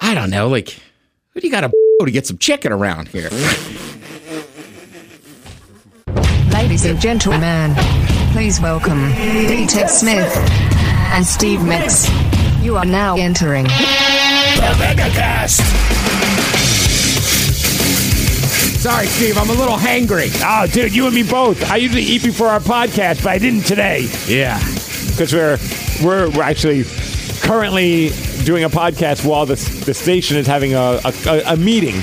I don't know, like, who do you got to to get some chicken around here? Ladies and gentlemen, please welcome D. Ted Smith and Steve Mix. You are now entering. Sorry, Steve, I'm a little hangry. Oh, dude, you and me both. I usually eat before our podcast, but I didn't today Yeah. because we're, we're we're actually currently doing a podcast while the the station is having a a, a, a meeting,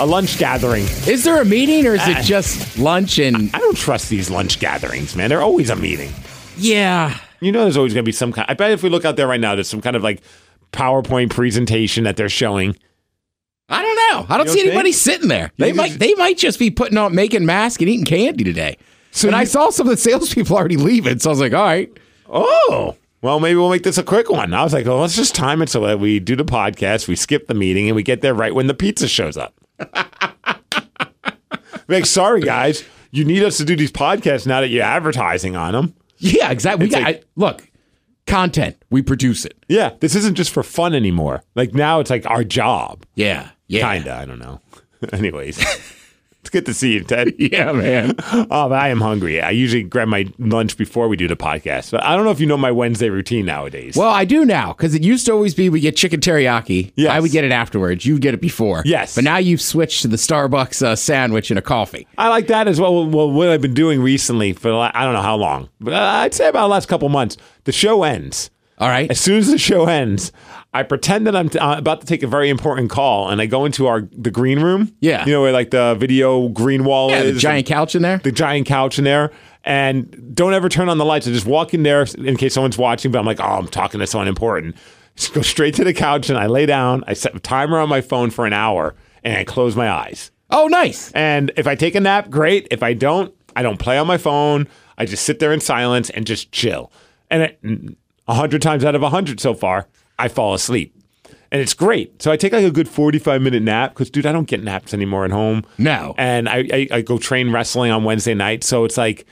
a lunch gathering. Is there a meeting or is Uh, it just lunch and. I don't trust these lunch gatherings, man. They're always a meeting. Uh, Yeah. You know, there's always going to be some kind. I bet if we look out there right now, there's some kind of like PowerPoint presentation that they're showing. I don't know. I don't You see don't anybody think? sitting there. You They just- might they might just be putting on making masks and eating candy today. So and I you- saw some of the salespeople already leaving, so I was like, all right. Oh. Well, maybe we'll make this a quick one. I was like, well, let's just time it so that we do the podcast, we skip the meeting, and we get there right when the pizza shows up. like, sorry, guys, you need us to do these podcasts now that you're advertising on them. Yeah, exactly. We It's got like- I- look, content. We produce it. Yeah, this isn't just for fun anymore. Like, now it's like our job. Yeah. Yeah. Kinda, I don't know. Anyways, it's good to see you, Ted. Yeah, man. Oh, but I am hungry. I usually grab my lunch before we do the podcast. But I don't know if you know my Wednesday routine nowadays. Well, I do now because it used to always be we get chicken teriyaki. Yes. I would get it afterwards. You'd get it before. Yes. But now you've switched to the Starbucks uh, sandwich and a coffee. I like that as well. Well, what I've been doing recently for the la- I don't know how long, but uh, I'd say about the last couple months. The show ends. All right. As soon as the show ends, I pretend that I'm t- uh, about to take a very important call, and I go into our the green room. Yeah. you know where like the video green wall yeah, is, the giant couch in there. the giant couch in there. And don't ever turn on the lights. I just walk in there in case someone's watching, but I'm like, oh, I'm talking to someone important. Just go straight to the couch and I lay down. I set a timer on my phone for an hour and I close my eyes. oh, nice. And if I take a nap, great. If I don't, I don't play on my phone. I just sit there in silence and just chill. And it- a hundred times out of a hundred so far, I fall asleep. And it's great. So I take like a good 45 minute nap because, dude, I don't get naps anymore at home. No. And I, I, I go train wrestling on Wednesday night. So it's like,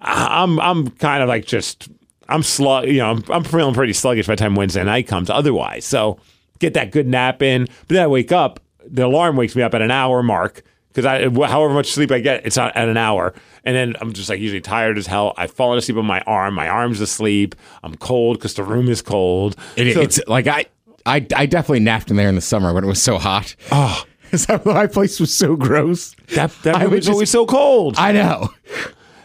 I- I'm, I'm kind of like just, I'm slug, you know, I'm, I'm feeling pretty sluggish by the time Wednesday night comes otherwise. So get that good nap in. But then I wake up, the alarm wakes me up at an hour mark because I, wh- however much sleep I get, it's at at an hour. And then I'm just like usually tired as hell. I've fallen asleep on my arm. My arm's asleep. I'm cold because the room is cold. It- So- it's like I, I, I definitely napped in there in the summer when it was so hot. Oh, my place was so gross. that, that I room would is just- always so cold. I know.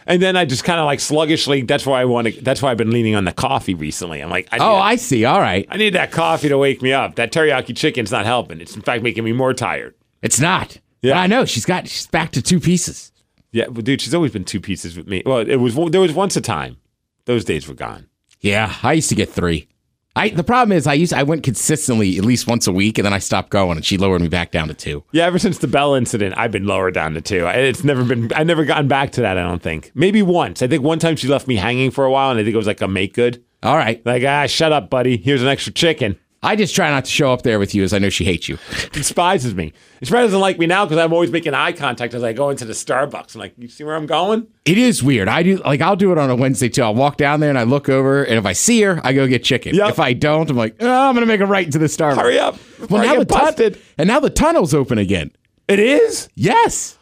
And then I just kind of like sluggishly. That's why I want to. That's why I've been leaning on the coffee recently. I'm like, I need, Oh, I see. All right. I need that coffee to wake me up. That teriyaki chicken's not helping. It's in fact making me more tired. It's not. Yeah. But I know she's got she's back to two pieces. Yeah, but dude, she's always been two pieces with me. Well, it was one- there was once a time. Those days were gone. Yeah, I used to get three. I the problem is I used I went consistently at least once a week and then I stopped going and she lowered me back down to two. Yeah, ever since the Bell incident, I've been lower down to two. I- It's never been. I never gotten back to that. I don't think. Maybe once. I think one time she left me hanging for a while, and I think it was like a make good. All right. Like, ah, shut up, buddy. Here's an extra chicken. I just try not to show up there with you as I know she hates you. despises me. She probably doesn't like me now because I'm always making eye contact as I go into the Starbucks. I'm like, you see where I'm going? It is weird. I do like I'll do it on a Wednesday too. I'll walk down there and I look over and if I see her, I go get chicken. Yep. If I don't, I'm like, oh, I'm gonna make a right into the Starbucks. Hurry up. before Well I now the get tun- busted. and now the tunnel's open again. It is? Yes.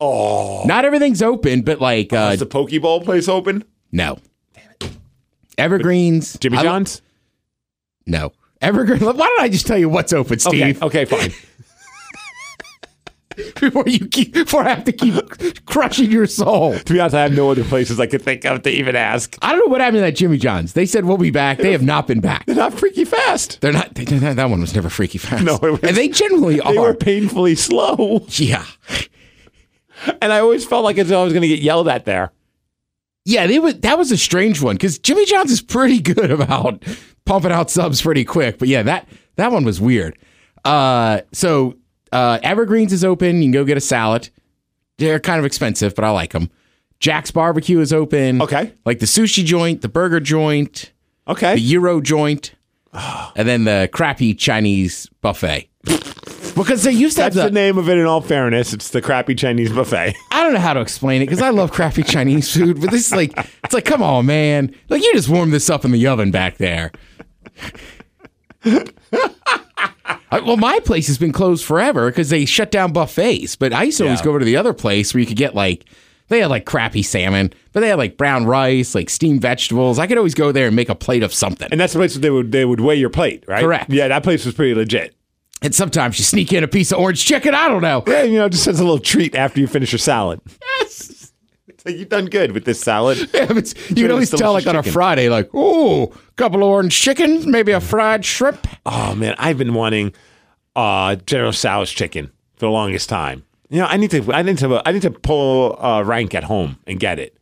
Oh. Not everything's open, but like uh, is the Pokeball place open? No. Evergreens. Jimmy I- John's? No. Evergreen. Why don't I just tell you what's open, Steve? Okay, okay, fine. Before you keep, before I have to keep crushing your soul. to be honest, I have no other places I could think of to even ask. I don't know what happened to that Jimmy John's. They said we'll be back. They have not been back. They're not freaky fast. They're not. They, that that one was never freaky fast. No, it was- and they generally They are. were painfully slow. yeah, And I always felt like as though I was going to get yelled at there. yeah. They was that was a strange one because Jimmy John's is pretty good about pumping out subs pretty quick. But yeah, that that one was weird. Uh, so uh, Evergreens is open. You can go get a salad. They're kind of expensive, but I like them. Jack's Barbecue is open. Okay. Like the sushi joint, the burger joint, the Okay. gyro joint, and then the crappy Chinese buffet. Because they used to That's the have the, name of it in all fairness. It's the crappy Chinese buffet. I don't know how to explain it because I love crappy Chinese food, but this is like, it's like, come on, man. Like, you just warmed this up in the oven back there. I, well, my place has been closed forever because they shut down buffets. But I used to always Yeah. go over to the other place where you could get like they had like crappy salmon, but they had like brown rice, like steamed vegetables. I could always go there and make a plate of something. And that's the place that they would they would weigh your plate, right? Correct. Yeah, that place was pretty legit. And sometimes you sneak in a piece of orange chicken. I don't know. Yeah, you know, just as a little treat after you finish your salad. It's like you've done good with this salad. Yeah, but it's- you can it's always tell, like delicious on a chicken. Friday, like, oh, couple of orange chicken, maybe a fried shrimp. Oh man, I've been wanting uh, General Tso's chicken for the longest time. You know, I need to I need to I need to pull uh, rank at home and get it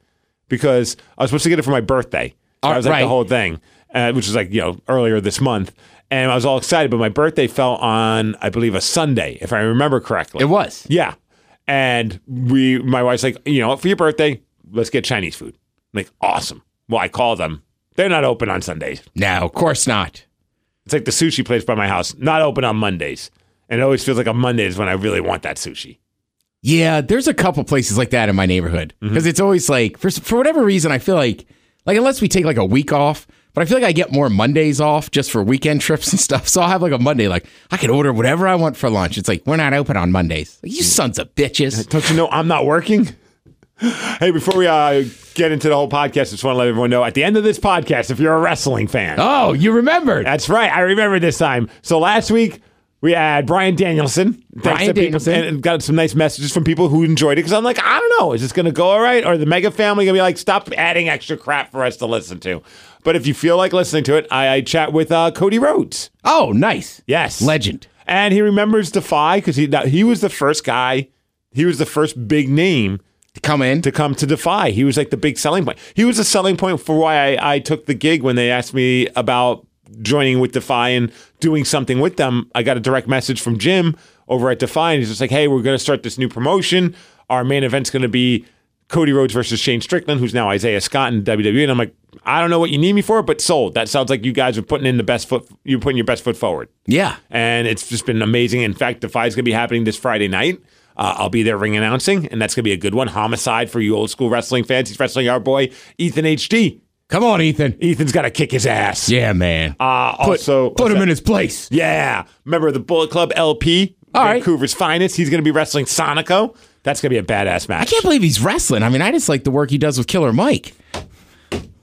because I was supposed to get it for my birthday. So Uh, I was like right. the whole thing, uh, which was like you know earlier this month, and I was all excited. But my birthday fell on I believe a Sunday, if I remember correctly. It was. Yeah. And we, my wife's like, you know, what, for your birthday, let's get Chinese food. I'm like, awesome. Well, I call them. They're not open on Sundays. No, of course not. It's like the sushi place by my house, not open on Mondays. And it always feels like a Monday is when I really want that sushi. Yeah, there's a couple places like that in my neighborhood Mm-hmm. because it's always like for for whatever reason I feel like like unless we take like a week off, but I feel like I get more Mondays off just for weekend trips and stuff. So I'll have like a Monday like I can order whatever I want for lunch. It's like we're not open on Mondays. Like, Mm. you sons of bitches. Don't you know I'm not working? Hey, before we uh, get into the whole podcast, I just want to let everyone know at the end of this podcast, if you're a wrestling fan, Oh, you remembered. That's right. I remember this time. So last week we had Brian Danielson. Thanks Bryan to people- Danielson. and- and got some nice messages from people who enjoyed it because I'm like, I don't know, is this going to go all right? Or the Mega Family going to be like, stop adding extra crap for us to listen to? But if you feel like listening to it, I, I chat with uh, Cody Rhodes. Oh, nice. Yes, Legend. and he remembers Defy because he that- he was the first guy. He was the first big name Come in. to come to Defy. He was like the big selling point. He was a selling point for why I, I took the gig when they asked me about joining with Defy and doing something with them. I got a direct message from Jim over at Defy, and he's just like, "Hey, we're going to start this new promotion. Our main event's going to be Cody Rhodes versus Shane Strickland, who's now Isaiah Scott in WWE." And I'm like, "I don't know what you need me for, but sold. That sounds like you guys are putting in the best foot. You're putting your best foot forward." yeah. and it's just been amazing. In fact, Defy's going to be happening this Friday night. Uh, I'll be there ring announcing, and that's going to be a good one. Homicide for you old school wrestling fans. He's wrestling our boy Ethan HD. Come on, Ethan. Ethan's got to kick his ass. Yeah, man. Uh, put also, put him in his place. Yeah. Remember the Bullet Club LP, All right. Vancouver's finest. He's going to be wrestling Sonico. That's going to be a badass match. I can't believe he's wrestling. I mean, I just like the work he does with Killer Mike.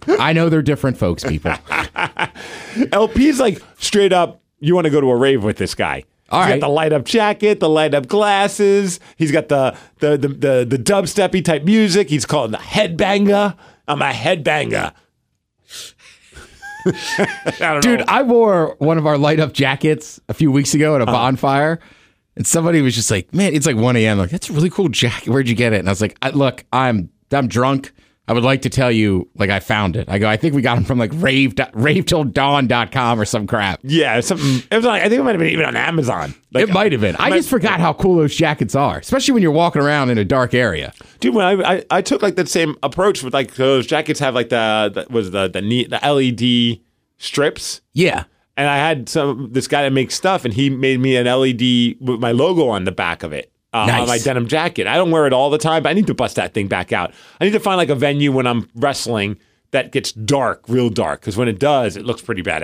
I know they're different folks, people. LP's like straight up, you want to go to a rave with this guy. All He's right. got the light up jacket, the light up glasses. He's got the the the the, the dubsteppy type music. He's called the headbanger. I'm a headbanger. I don't Dude, know. I wore one of our light up jackets a few weeks ago at a bonfire, and somebody was just like, "Man, it's like 1 a.m. Like that's a really cool jacket. Where'd you get it?" And I was like, I, "Look, I'm I'm drunk. I would like to tell you like I found it. I go, I think we got him from like rave rave till dawn.com or some crap. yeah, something. It was like, I think it might have been even on Amazon. Like, it might have been. I might- just forgot how cool those jackets are, especially when you're walking around in a dark area. dude when I, I i took like that same approach with like those jackets have like the, the was the the ne- the led strips Yeah. and i had some this guy that makes stuff and he made me an led with my logo on the back of it uh, Nice. on my denim jacket i don't wear it all the time but i need to bust that thing back out i need to find like a venue when i'm wrestling that gets dark real dark because when it does it looks pretty bad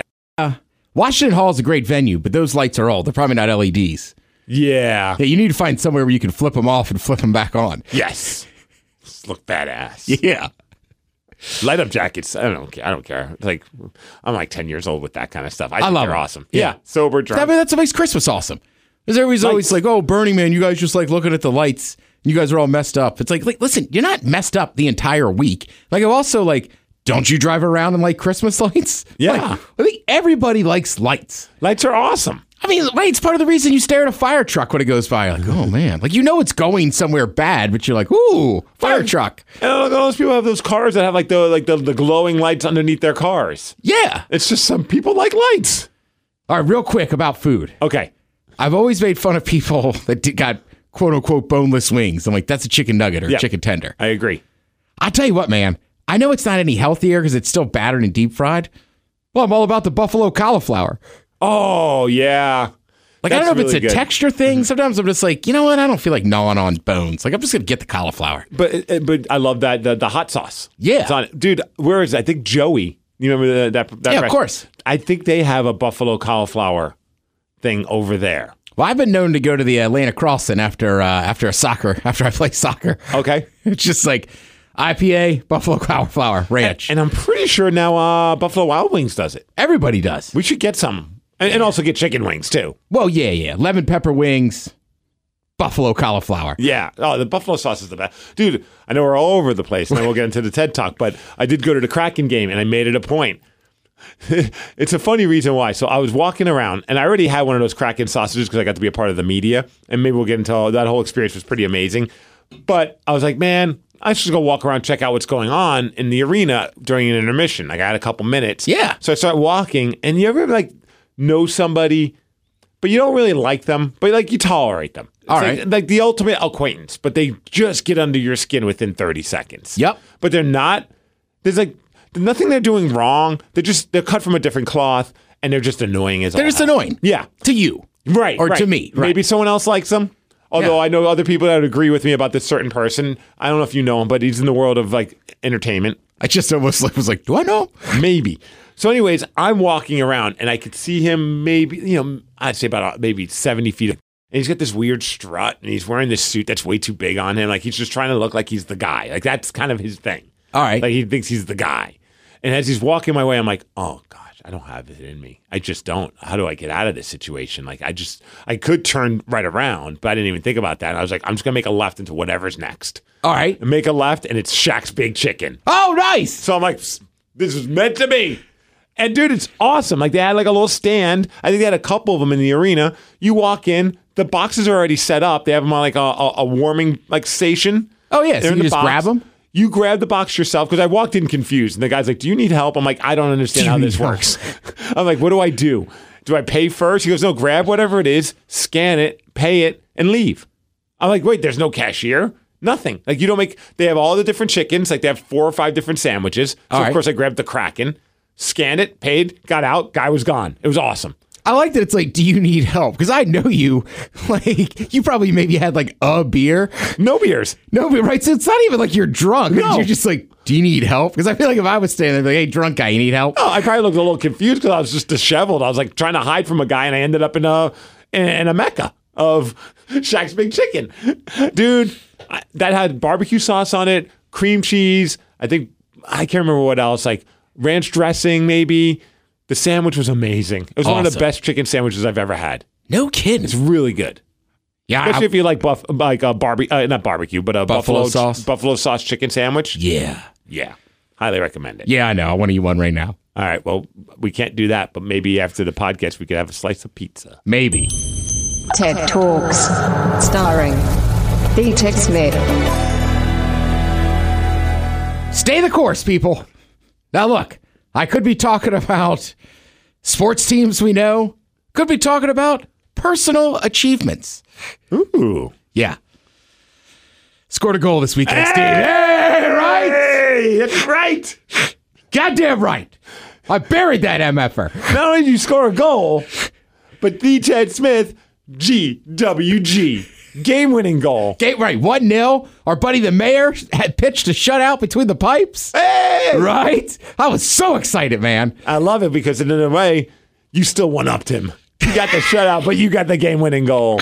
Washington Hall is a great venue, but those lights are old. They're probably not LEDs. yeah Yeah, you need to find somewhere where you can flip them off and flip them back on. yes Just look badass Yeah. light up jackets. I don't. ca- I don't care. It's Like I'm like ten years old with that kind of stuff. I, think love they're it. awesome. Yeah. Yeah, sober I drunk. mean, that's what makes Christmas awesome. Because everybody's always like, Lights. oh, Burning Man, you guys just like looking at the lights. You guys are all messed up. It's like, like, listen, you're not messed up the entire week. Like, I'm also like, don't you drive around in like Christmas lights? Yeah. Like, I think everybody likes lights. Lights are awesome. I mean, lights part of the reason you stare at a fire truck when it goes by. Like, oh man, like you know it's going somewhere bad, but you're like, ooh, fire truck. And look, all those people have those cars that have like the like the, the glowing lights underneath their cars. Yeah. It's just some people like lights. All right, real quick about food. Okay. I've always made fun of people that did, got quote unquote boneless wings. I'm like, that's a chicken nugget or Yeah. chicken tender. I agree. I tell you what, man, I know it's not any healthier because it's still battered and deep fried. Well, I'm all about the buffalo cauliflower. Oh yeah. Like, I That's don't know if really it's a good. Mm-hmm. texture thing. Sometimes I'm just like, you know what? I don't feel like gnawing on bones. Like, I'm just going to get the cauliflower. But uh, but I love that the, the hot sauce. Yeah. It's on it. dude. Where is it? I think Joey? You remember that? that, that Yeah, of rest- course. I think they have a buffalo cauliflower thing over there. Well, I've been known to go to the Atlanta Crossing after uh, after a soccer after I play soccer. Okay. It's just like IPA, Buffalo Cauliflower Ranch. And I'm pretty sure now uh, Buffalo Wild Wings does it. Everybody does. We should get some. And, and also get chicken wings too. Well, yeah, yeah. Lemon pepper wings, Buffalo cauliflower. Yeah. Oh, the buffalo sauce is the best. Dude, I know we're all over the place, and then we'll get into the TED Talk, but I did go to the Kraken game and I made it a point. it's a funny reason why. So I was walking around and I already had one of those Kraken sausages because I got to be a part of the media, and maybe we'll get into all, that whole experience was pretty amazing. But I was like, man, I should go walk around, check out what's going on in the arena during an intermission. Like I had a couple minutes. Yeah. So I start walking, and you ever like know somebody, but you don't really like them, but like you tolerate them. It's All like- right. Like, the ultimate acquaintance, but they just get under your skin within 30 seconds. Yep. But they're not, there's like nothing they're doing wrong. They're just, they're cut from a different cloth and they're just annoying as They're all just hell. annoying. Yeah. To you. Right. Or right. to me. Right. Maybe someone else likes them. Although Yeah. I know other people that would agree with me about this certain person. I don't know if you know him, but he's in the world of like entertainment. I just almost like- was like, do I know? Maybe. So, anyways, I'm walking around and I could see him maybe, you know, I'd say about uh, maybe 70 feet. And he's got this weird strut and he's wearing this suit that's way too big on him. Like he's just trying to look like he's the guy. Like that's kind of his thing. All right. Like he thinks he's the guy. And as he's walking my way, I'm like, oh gosh, I don't have it in me. I just don't. How do I get out of this situation? Like I just, I could turn right around, but I didn't even think about that. And I was like, I'm just going to make a left into whatever's next. All right. And make a left and it's Shaq's Big Chicken. Oh, nice. So I'm like, this is meant to be. And dude, it's awesome. Like they had like a little stand. I think they had a couple of them in the arena. You walk in, the boxes are already set up. They have them on like a, a, a warming like station. Oh, yeah. So They're in you the just grab 'em? You grab the box yourself because I walked in confused, and the guy's like, "Do you need help?" I'm like, "I don't understand Do you how need this help?" works." I'm like, "What do I do? Do I pay first? He goes, "No, grab whatever it is, scan it, pay it, and leave." I'm like, wait, there's no cashier. Nothing. Like you don't make. They have all the different chickens. Like they have four or five different sandwiches. So All of right. course I grabbed the Kraken, scanned it, paid, got out. Guy was gone. It was awesome. I like that it's like, do you need help? Because I know you. Like, you probably maybe had like a beer. No beers. No, but right. So it's not even like you're drunk. No. You're just like, do you need help? Because I feel like if I was standing there, I'd be like, hey, drunk guy, you need help? Oh, I probably looked a little confused because I was just disheveled. I was like trying to hide from a guy, and I ended up in a in, in a mecca of Shaq's Big Chicken, dude. I, that had barbecue sauce on it, cream cheese. I think I can't remember what else. Like ranch dressing, maybe. The sandwich was amazing. It was one of the Awesome. best chicken sandwiches I've ever had. No kidding. It's really good, Yeah. I- especially if you like buff like a barbecue, uh, not barbecue, but a Buffalo buffalo, sauce? buffalo sauce chicken sandwich. yeah. Yeah, highly recommend it. Yeah, I know. I want to eat one right now. All right. Well, we can't do that, but maybe after the podcast, we could have a slice of pizza. Maybe. TED Talks. Starring D Tech Smith. Stay the course, people. Now, look, I could be talking about sports teams we know, could be talking about personal achievements. Ooh. Yeah. Scored a goal this weekend, Steve. Hey, right? Hey, that's right. Goddamn right. I buried that er. MFR. Not only did you score a goal, but the Ted Smith GWG game winning goal. Gate right, 1 0. Our buddy the mayor had pitched a shutout between the pipes. Hey! Right? I was so excited, man. I love it because in a way, you still one upped him. You got the shutout, but you got the game winning goal.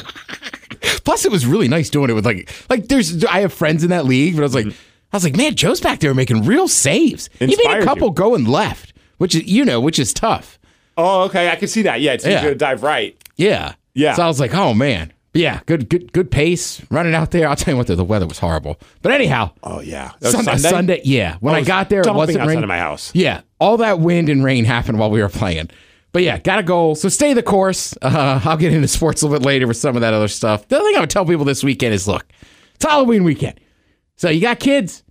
Plus, it was really nice doing it with like, like there's, I have friends in that league, but I was Mm-hmm. like, I was like, man, Joe's back there making real saves. he made Inspired a you. couple going left, which is, you know, which is tough. Oh, okay. I can see that. Yeah, it's Yeah. easier to dive right. Yeah. Yeah. So I was like, oh man. But yeah, good, good, good pace running out there. I'll tell you what, though, the weather was horrible. But anyhow, Oh, yeah. Sun- Sunday? yeah. When Oh, I it was got there, it dumping wasn't outside rain. of my house. Yeah, all that wind and rain happened while we were playing. But yeah, got a goal. So stay the course. Uh, I'll get into sports a little bit later with some of that other stuff. The other thing I would tell people this weekend is look, it's Halloween weekend. So you got kids,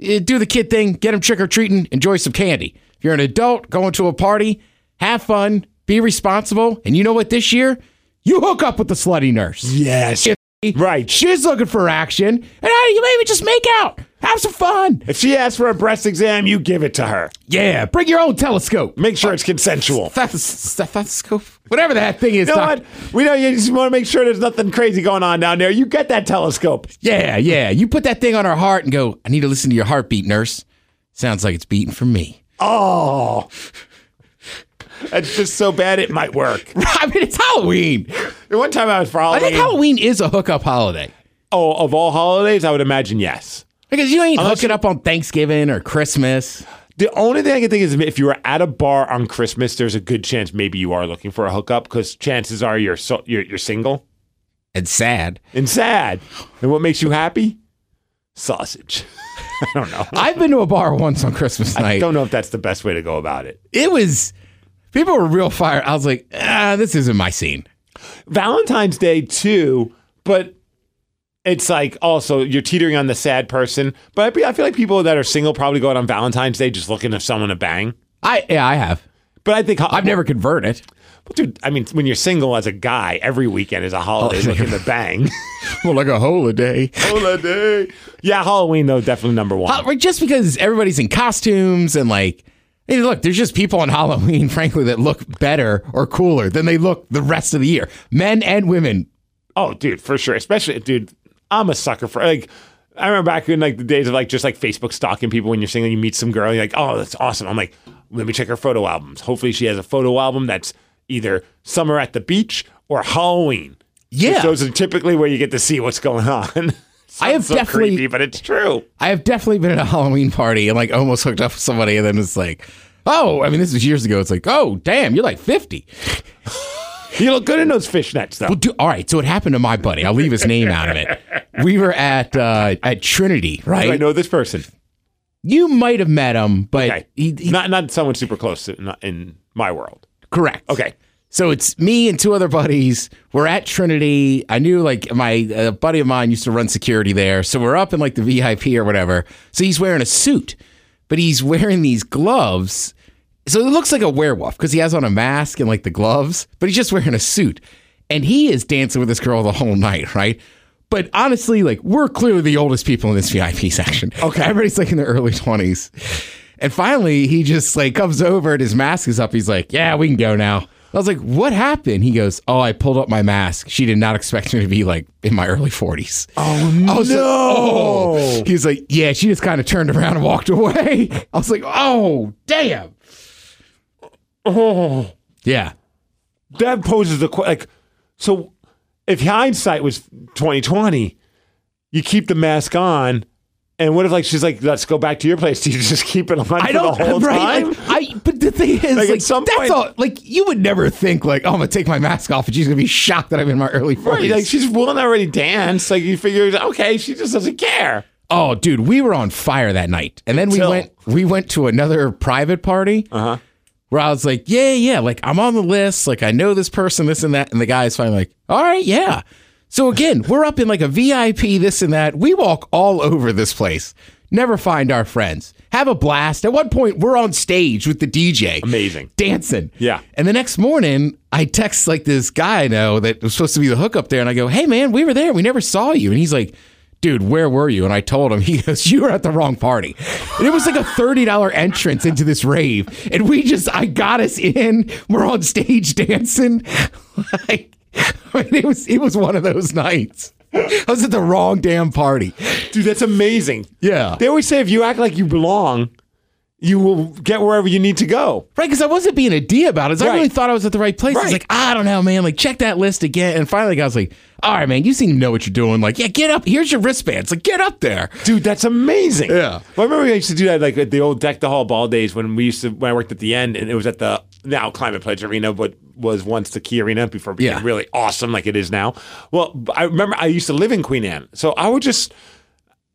eh, do the kid thing, get them trick or treating, enjoy some candy. If you're an adult going to a party, have fun, be responsible. And you know what, this year, you hook up with the slutty nurse. Yes. Right. She's looking for action. And I, you maybe just make out, have some fun. If she asks for a breast exam, you give it to her. Yeah, bring your own telescope. Make sure it's consensual. Steth- stethoscope, whatever that thing is. You know doc- what? We know you just want to make sure there's nothing crazy going on down there. You get that telescope. Yeah, yeah. You put that thing on her heart and go. I need to listen to your heartbeat, nurse. Sounds like it's beating for me. Oh. That's just so bad it might work. I mean, it's Halloween. One time I was for I Halloween. think Halloween is a hookup holiday oh, of all holidays, I would imagine yes. because you ain't Unless hooking you- up on Thanksgiving or Christmas. The only thing I can think is if you were at a bar on Christmas, there's a good chance maybe you are looking for a hookup because chances are you're, so, you're you're single It's sad. and sad. And what makes you happy? Sausage. I don't know. I've been to a bar once on Christmas night. I don't know if that's the best way to go about it. it was people were real fired. I was like, ah, this isn't my scene. Valentine's Day too, but it's like also you're teetering on the sad person. But I, be- I feel like people that are single probably go out on Valentine's Day just looking for someone to bang. I yeah, I have. But I think I've never converted. dude. I mean, when you're single as a guy, every weekend is a holiday Oh, looking to bang. Well, like a holiday. holiday. Yeah, Halloween though definitely number one. Just because everybody's in costumes and like, hey, look, there's just people on Halloween, frankly, that look better or cooler than they look the rest of the year. Men and women. Oh, dude, for sure. Especially, dude, I'm a sucker for like. I remember back in like the days of like just like Facebook stalking people when you're single, you meet some girl, and you're like, oh, that's awesome. I'm like, let me check her photo albums. Hopefully, she has a photo album that's either summer at the beach or Halloween. Yeah. those are typically where you get to see what's going on. I have Sounds so definitely- creepy, but it's true. I have definitely been at a Halloween party and like almost hooked up with somebody, and then it's like, oh, I mean, this was years ago. It's like, oh, damn, you're like 50. You look good in those fishnets, though. Well, do, all right. So it happened to my buddy. I'll leave his name out of it. We were at uh, at Trinity, right? I know this person. You might have met him, but Okay, he, he- not not someone super close to, not in my world. correct. Okay. So it's me and two other buddies. We're at Trinity. I knew like my uh, buddy of mine used to run security there. So we're up in like the VIP or whatever. So he's wearing a suit, but he's wearing these gloves. So it looks like a werewolf because he has on a mask and like the gloves, but he's just wearing a suit. And he is dancing with this girl the whole night, right? But honestly, like we're clearly the oldest people in this VIP section. Okay. Everybody's like in their early 20s. And finally, he just like comes over and his mask is up. He's like, Yeah, we can go now. I was like, What happened? He goes, Oh, I pulled up my mask. She did not expect me to be like in my early 40s. Oh, I was like, oh. He was like, Yeah, she just kind of turned around and walked away. I was like, Oh, damn. Oh. Yeah. that poses the question. Like, so if hindsight was twenty twenty, you keep the mask on, and what if like she's like, let's go back to your place? Do you just keep it on for I don't the whole right. time? Like, I but the thing is, at like, some that's point- all. Like you would never think, like, oh, I'm gonna take my mask off, and she's gonna be shocked that I'm in my early 40s. Right, like she's willing to already dance. Like you figure, okay, she just doesn't care. Oh, dude, we were on fire that night, and then we Till- went we went to another private party Uh-huh. where I was like, yeah, yeah, like I'm on the list, like I know this person, this and that, and the guy's finally like, all right, yeah. So again, we're up in like a VIP, this and that. We walk all over this place, never find our friends, have a blast. At one point, we're on stage with the DJ, Amazing. dancing, Yeah. And the next morning, I text like this guy I know that was supposed to be the hookup there, and I go, "Hey man, we were there. We never saw you." And he's like, "Dude, where were you?" And I told him. He goes, "You were at the wrong party." And it was like a thirty dollar entrance into this rave, and we just I got us in. We're on stage dancing, like I mean, it was it was one of those nights. I was at the wrong damn party. Dude, that's amazing. Yeah. They always say if you act like you belong, you will get wherever you need to go. Right, because I wasn't being a D about it. 'cause I Right. really thought I was at the right place. I was Right. like, I don't know, man. Like, check that list again. And finally, I was like, all right, man, you seem to know what you're doing. Like, yeah, get up. Here's your wristbands. Like, get up there. Dude, that's amazing. Yeah. Well, I remember we used to do that like at the old deck the hall ball days when we used to when I worked at the end and it was at the now Climate Pledge Arena, but was once the Key Arena before it became Yeah. really awesome like it is now. Well, I remember I used to live in Queen Anne, so I would just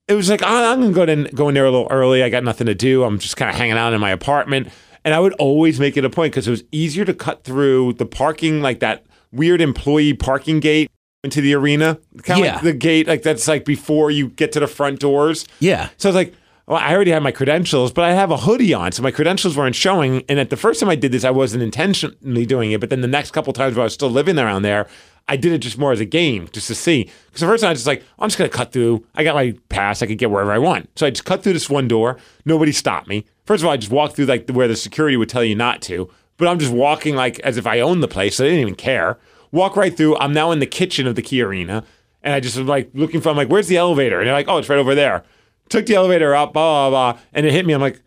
it was like "Ah, I'm gonna go in go in there a little early. I got nothing to do. I'm just kind of hanging out in my apartment, and I would always make it a point because it was easier to cut through the parking like that weird employee parking gate into the arena, kind of Yeah. like the gate like that's like before you get to the front doors. Yeah. So I was like, well, I already had my credentials, but I have a hoodie on, so my credentials weren't showing. And at the first time I did this, I wasn't intentionally doing it, but then the next couple times where I was still living around there, I did it just more as a game, just to see. Because the first time I was just like, oh, I'm just gonna cut through. I got my pass. I could get wherever I want. So I just cut through this one door. Nobody stopped me. First of all, I just walked through like where the security would tell you not to, but I'm just walking like as if I owned the place. So I didn't even care. Walk right through. I'm now in the kitchen of the Key Arena, and I just was like looking for. I'm like, where's the elevator? And they're like, oh, it's right over there took the elevator up, blah, blah, blah. And it hit me. I'm like,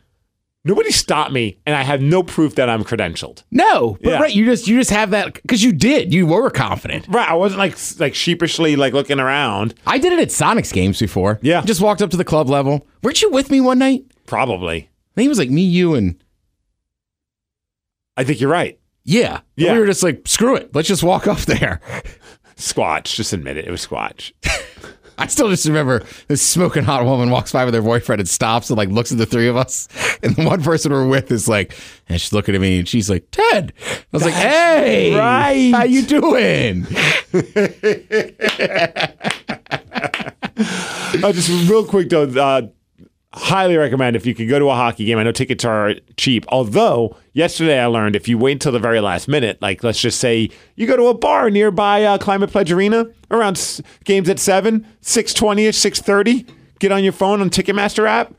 Nobody stopped me, and I have no proof that I'm credentialed. No, but Yeah. right, you just you just have that because you did. You were confident. Right? I wasn't like s- like sheepishly like looking around. I did it at Sonics games before. Yeah. just walked up to the club level. Weren't you with me one night? Probably. I think it was like me, you, and I think you're right. yeah, Yeah. We were just like, screw it, let's just walk up there. Squatch. Just admit it. It was Squatch. I still just remember this smoking hot woman walks by with her boyfriend and stops and like looks at the three of us, and the one person we're with is like, and she's looking at me and she's like, Ted. I was like, Hey, right. How you doing? Uh, just real quick though, uh, highly recommend if you could go to a hockey game. I know tickets are cheap. Although yesterday I learned if you wait until the very last minute, like let's just say you go to a bar nearby uh, Climate Pledge Arena around s- games at seven, six twenty or six thirty, get on your phone on Ticketmaster app.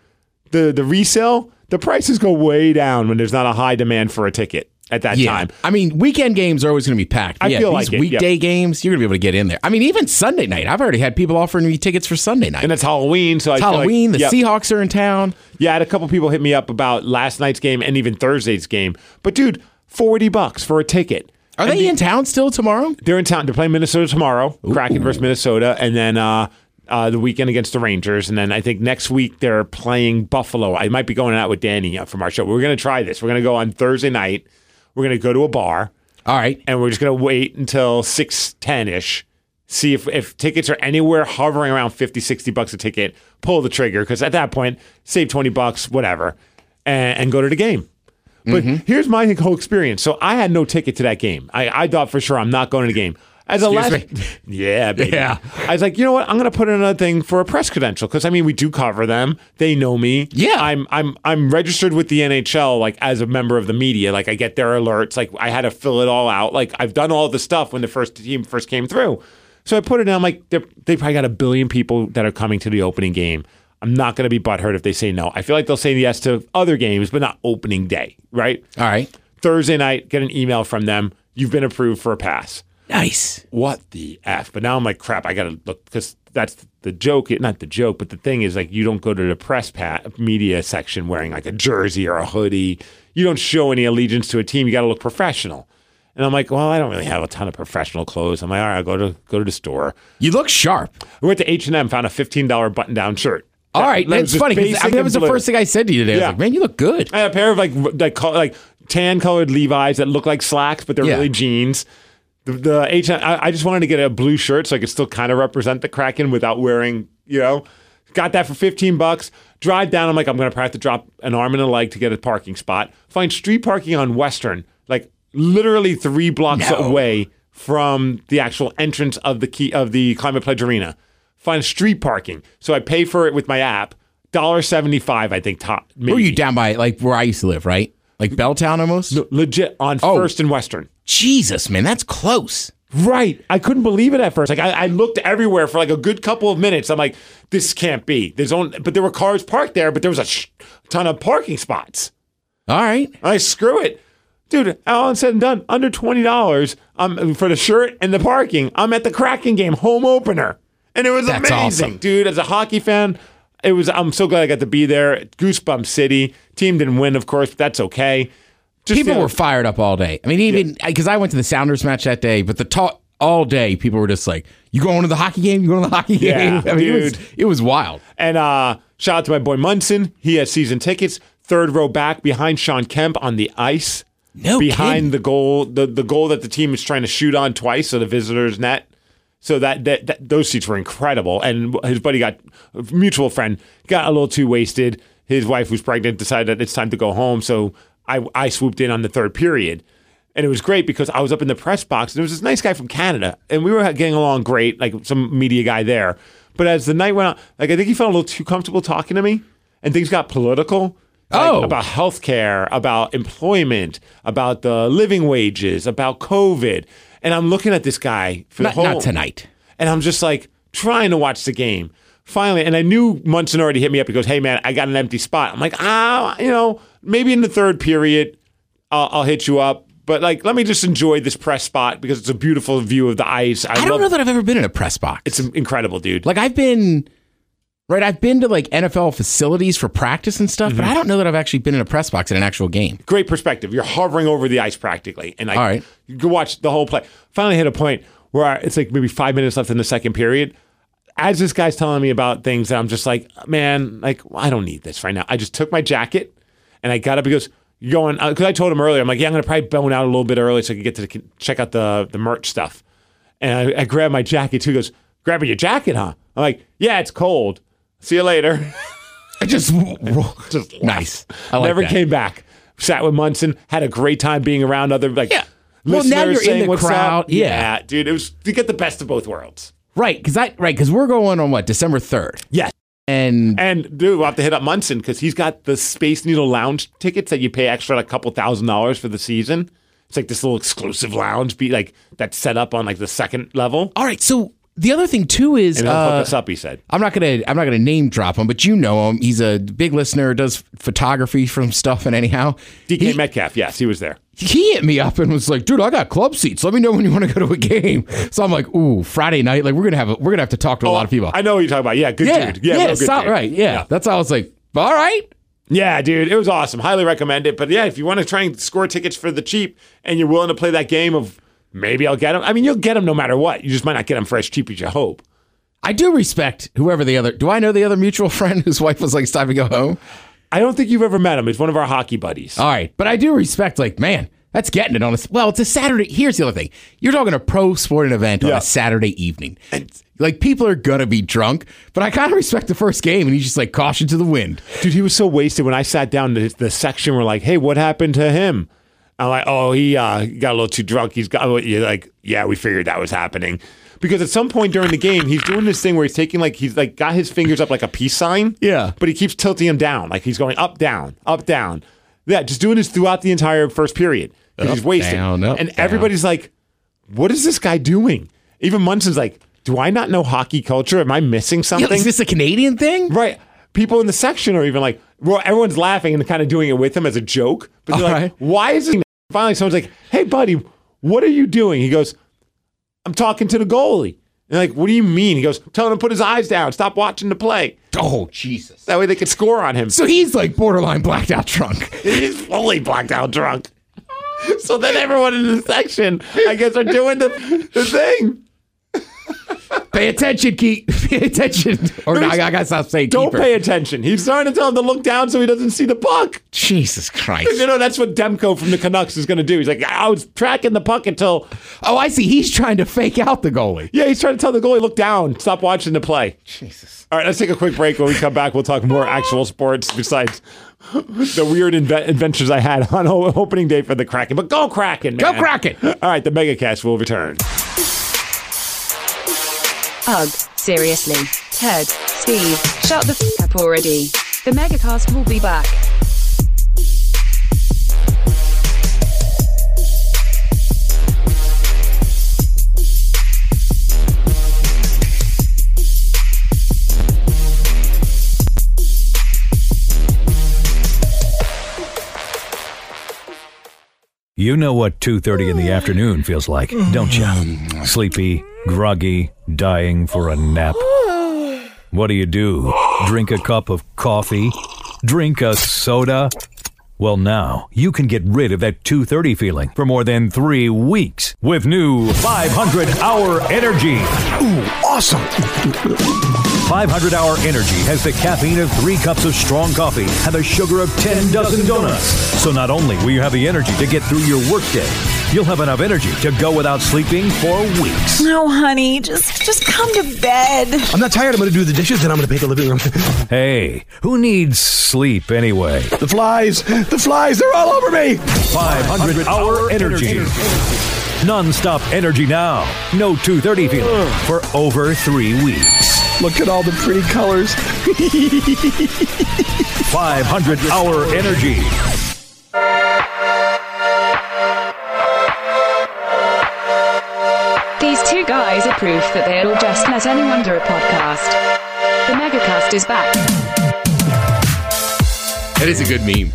The the resale, the prices go way down when there's not a high demand for a ticket at that time. I mean, weekend games are always going to be packed. I yeah, feel these like it, weekday games, you're going to be able to get in there. I mean, even Sunday night, I've already had people offering me tickets for Sunday night. And it's Halloween, so It's I feel like- Halloween, Yep. the Seahawks are in town. Yeah, I had a couple people hit me up about last night's game and even Thursday's game. But dude, forty bucks for a ticket. Are And they the- in town still tomorrow? They're in town. They're playing Minnesota tomorrow. Kraken versus Minnesota, and then uh, uh, the weekend against the Rangers, and then I think next week they're playing Buffalo. I might be going out with Danny uh, from our show. We're gonna try this. We're gonna go on Thursday night. We're gonna go to a bar, All right. and we're just gonna wait until six ten ish. See if, if tickets are anywhere hovering around 50, 60 bucks a ticket, pull the trigger because at that point, save 20 bucks, whatever, and, and go to the game. But here's my whole experience. So I had no ticket to that game. I, I thought for sure I'm not going to the game. As a last, Excuse yeah, baby. Yeah. I was like, you know what? I'm going to put in another thing for a press credential because I mean, we do cover them. They know me. Yeah. I'm I'm I'm registered with the NHL like as a member of the media. Like I get their alerts. Like I had to fill it all out. Like I've done all the stuff when the first team first came through. So I put it in. I'm like, they're- they probably got a billion people that are coming to the opening game. I'm not going to be butthurt if they say no. I feel like they'll say yes to other games, but not opening day, right? All right. Thursday night, get an email from them. You've been approved for a pass Nice. what the f? But now I'm like, crap, I gotta look because that's the joke. Not the joke, but the thing is, like, you don't go to the press pat media section wearing like a jersey or a hoodie. You don't show any allegiance to a team. You gotta look professional. And I'm like, well, I don't really have a ton of professional clothes. I'm like, all right, I'll go to go to the store. You look sharp. We went to H and M, found a fifteen dollar button down shirt. All right. That- that That's was just funny. 'cause basic I mean, that and was the blue. first thing I said to you today. I Yeah. was like, man, you look good. I had a pair of like r- like col- like tan colored Levi's that look like slacks, but they're Yeah. really jeans. The, the H, I, I just wanted to get a blue shirt so I could still kind of represent the Kraken without wearing, you know. Got that for fifteen bucks. Drive down. I'm like, I'm gonna probably have to drop an arm and a leg to get a parking spot. Find street parking on Western, like literally three blocks No. away from the actual entrance of the key of the Climate Pledge Arena. Find street parking. So I pay for it with my app. Dollar seventy five, I think. Top. Were maybe. you down by like where I used to live, right? Like Belltown almost? legit on Oh. First and Western. Jesus, man, that's close. Right. I couldn't believe it at first. Like I, I looked everywhere for like a good couple of minutes. I'm like, this can't be. There's only, but there were cars parked there, but there was a sh- ton of parking spots. All right. I screw it, dude. All is said and done, under twenty dollars. Um, for the shirt and the parking. I'm at the Kraken game home opener, and it was That's amazing, awesome. dude. As a hockey fan, it was. I'm so glad I got to be there. Goosebump City team didn't win, of course, but that's okay. Just people feeling- were fired up all day. I mean, even because I went to the Sounders match that day, but the talk all day, people were just like, "You going to the hockey game? You going to the hockey Yeah, game?" I mean, it was dude. it was wild. And uh, shout out to my boy Munson. He has season tickets. Third row back behind Sean Kemp on the ice. No behind kidding. the goal, the, the goal that the team is trying to shoot on twice, so the visitors net. So that, that that those seats were incredible. And his buddy got a mutual friend got a little too wasted. His wife was pregnant, decided that it's time to go home. So I I swooped in on the third period. And it was great because I was up in the press box and there was this nice guy from Canada and we were getting along great, like some media guy there. But as the night went on, like I think he felt a little too comfortable talking to me and things got political. like, Oh. about healthcare, about employment, about the living wages, about COVID. And I'm looking at this guy for Not, the whole not tonight. and I'm just like trying to watch the game. Finally, and I knew Munson already hit me up. He goes, "Hey man, I got an empty spot." I'm like, "Ah, you know, maybe in the third period, I'll, I'll hit you up." But like, let me just enjoy this press spot because it's a beautiful view of the ice. I, I don't love know that I've ever been in a press box. It's incredible, dude. like I've been right? I've been to like NFL facilities for practice and stuff, Mm-hmm. but I don't know that I've actually been in a press box in an actual game. great perspective. You're hovering over the ice practically, and like All right. you can watch the whole play. Finally, hit a point where I- it's like maybe five minutes left in the second period. As this guy's telling me about things, that I'm just like, man, like I don't need this right now. I just took my jacket and I got up. He goes, "You going?" Because I told him earlier, I'm like, "Yeah, I'm gonna probably bone out a little bit early so I can get to the, check out the the merch stuff." And I, I grabbed my jacket too. He goes, "Grabbing your jacket, huh?" I'm like, "Yeah, it's cold. See you later." I just, Just laugh. nice. I like never that. came back. Sat with Munson, had a great time being around other like Yeah. Well, listeners now you're in saying the what's crowd. up. Yeah. dude, it was you get the best of both worlds. right because I right because we're going on what December third Yes. and And dude, we'll have to hit up Munson because he's got the Space Needle Lounge tickets that you pay extra like a couple thousand dollars for the season. It's like this little exclusive lounge, be like that's set up on like the second level. all right. So the other thing too is And he'll uh, hook us up, he said. I'm not gonna I'm not gonna name drop him, but you know him. He's a big listener, does photography from stuff. And anyhow, DK he, Metcalf, yes, he was there. he hit me up and was like, "Dude, I got club seats. Let me know when you want to go to a game." So I'm like, "Ooh, Friday night. Like we're gonna have a, we're gonna have to talk to a lot of people." Oh, I know what you're talking about. Yeah, good yeah, dude. Yeah, real good so- dude. right. Yeah. that's how I was like, "All right." Yeah, dude, it was awesome. Highly recommend it. But yeah, if you want to try and score tickets for the cheap and you're willing to play that game of maybe I'll get them. I mean, you'll get them no matter what. You just might not get them for as cheap as you hope. I do respect whoever the other. Do I know the other mutual friend whose wife was like, "It's time to go home." I don't think you've ever met him. It's one of our hockey buddies. All right, but I do respect. Like, man, that's getting it on a. Well, it's a Saturday. Here's the other thing: you're talking a pro sporting event on Yeah. a Saturday evening. like, people are gonna be drunk, but I kind of respect the first game, and he's just like caution to the wind. Dude, he was so wasted when I sat down the, the section. We're like, hey, what happened to him? I'm like, oh, he uh, got a little too drunk. He's got, you're like, yeah, we figured that was happening. Because at some point during the game, he's doing this thing where he's taking like, he's like got his fingers up like a peace sign. Yeah. But he keeps tilting him down. Like he's going up, down, up, down. Yeah, just doing this throughout the entire first period. 'Cause Up, he's wasted. down, up, and down. everybody's like, what is this guy doing? Even Munson's like, do I not know hockey culture? Am I missing Yeah, something? is this a Canadian thing? Right. People in the section are even like, well, everyone's laughing and kind of doing it with him as a joke. But they're All like, right. why is he? Finally, someone's like, hey, buddy, what are you doing? He goes, I'm talking to the goalie. And they're like, what do you mean? He goes, tell him to put his eyes down. Stop watching the play. Oh Jesus! That way they could score on him. So he's like borderline blacked out drunk. He's fully blacked out drunk. So then everyone in the section, I guess, are doing the, the thing. Pay attention, Keith. Pay attention. Or no, I, I gotta stop saying. Don't keeper. pay attention. He's trying to tell him to look down so he doesn't see the puck. Jesus Christ. You know, that's what Demko from the Canucks is going to do. He's like, I was tracking the puck until. Oh, I see. He's trying to fake out the goalie. Yeah, he's trying to tell the goalie, look down, stop watching the play. Jesus. All right, let's take a quick break. When we come back, we'll talk more actual sports besides the weird inve- adventures I had on o- opening day for the Kraken. But go Kraken, Go man. Kraken. All right, the Megacast will return. Ugh, seriously. Ted, Steve, shut the f up already. The Megacast will be back. You know what 2:30 in the afternoon feels like, don't you? Sleepy, groggy, dying for a nap. What do you do? Drink a cup of coffee? Drink a soda? Well, now you can get rid of that 2:30 feeling for more than 3 weeks with new 500 hour energy. Ooh, awesome. 500 Hour Energy has the caffeine of three cups of strong coffee and the sugar of 10 dozen donuts. So not only will you have the energy to get through your workday, you'll have enough energy to go without sleeping for weeks. No, honey, just just come to bed. I'm not tired. I'm going to do the dishes, then I'm going to make a living room. the Hey, who needs sleep anyway? flies, the flies, they're all over me. 500 Hour Energy. Non-stop energy now. No 230 feeling for over three weeks. Look at all the pretty colors. 500 Hour Energy. These two guys are proof that they'll just let anyone do a podcast. The Megacast is back. That is a good meme.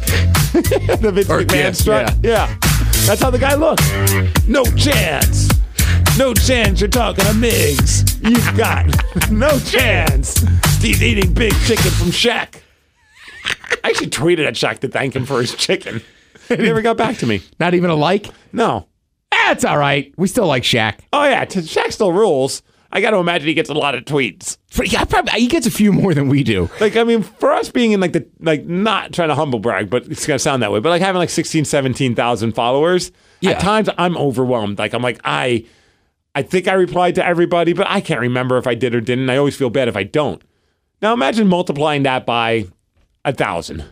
the Vince Or, McMahon yeah, strut. Yeah. That's how the guy looks. No chance. No chance you're talking to Migs. You've got no chance. He's eating big chicken from Shaq. I actually tweeted at Shaq to thank him for his chicken. He never got back to me. Not even a like? No. That's all right. We still like Shaq. Oh, yeah. T- Shaq still rules. I got to imagine he gets a lot of tweets. For- yeah, probably- he gets a few more than we do. Like, I mean, for us being in like the, like not trying to humble brag, but it's going to sound that way, but like having like 16, 17,000 followers, Yeah. at times I'm overwhelmed. Like, I'm like, I, I think I replied to everybody, but I can't remember if I did or didn't. I always feel bad if I don't. Now imagine multiplying that by a thousand.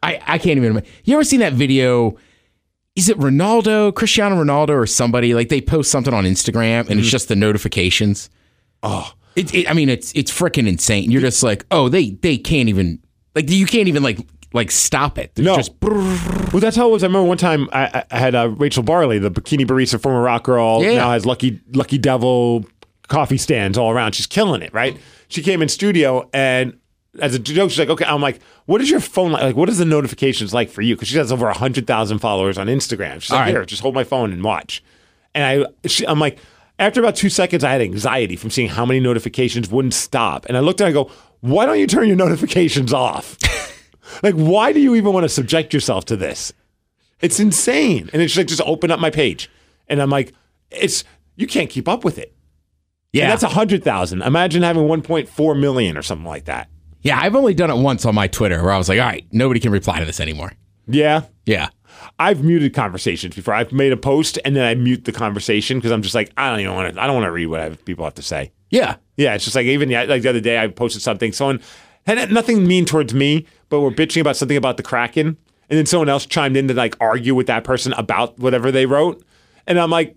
I, I can't even. imagine. You ever seen that video? Is it Ronaldo, Cristiano Ronaldo, or somebody like they post something on Instagram and it's just the notifications? Mm-hmm. Oh, it, it, I mean, it's it's freaking insane. You're just like, oh, they they can't even like you can't even like like stop it. There's No. just Well, that's how it was. I remember one time I, I I had uh, Rachel Barley, the bikini barista, former rock girl, Yeah. now has Lucky Lucky Devil coffee stands all around. She's killing it, right? She came in studio and as a joke, she's like, "Okay." I'm like, "What is your phone like? Like, what is the notifications like for you?" Because she has over hundred thousand followers on Instagram. She's like, All right. "Here, just hold my phone and watch." And I, she, I'm like, after about two seconds, I had anxiety from seeing how many notifications wouldn't stop. And I looked and I go, "Why don't you turn your notifications off?" Like, why do you even want to subject yourself to this? It's insane. And it's like, just open up my page. And I'm like, it's, you can't keep up with it. yeah. And that's 100,000. Imagine having 1.4 million or something like that. yeah, I've only done it once on my Twitter where I was like, all right, nobody can reply to this anymore. Yeah. Yeah. I've muted conversations before. I've made a post and then I mute the conversation because I'm just like, I don't even want to, I don't want to read what I have, people have to say. Yeah. Yeah, it's just like even yeah, like the other day I posted something. Someone had nothing mean towards me, but we're bitching about something about the Kraken, and then someone else chimed in to like argue with that person about whatever they wrote, and I'm like,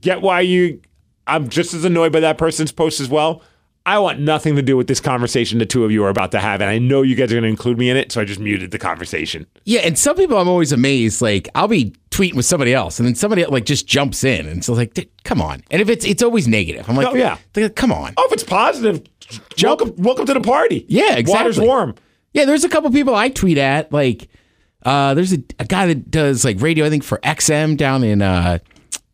get why you? I'm just as annoyed by that person's post as well. I want nothing to do with this conversation the two of you are about to have, and I know you guys are going to include me in it, so I just muted the conversation. Yeah, and some people I'm always amazed. Like I'll be tweeting with somebody else, and then somebody like just jumps in, and so like, "Dude, come on. And if it's it's always negative, I'm like, Oh, yeah. "Dude, come on. Oh, if it's positive, welcome, welcome to the party. Yeah, Water's exactly. warm. Yeah, there's a couple people I tweet at. Like, uh, there's a, a guy that does like radio, I think for XM down in, uh,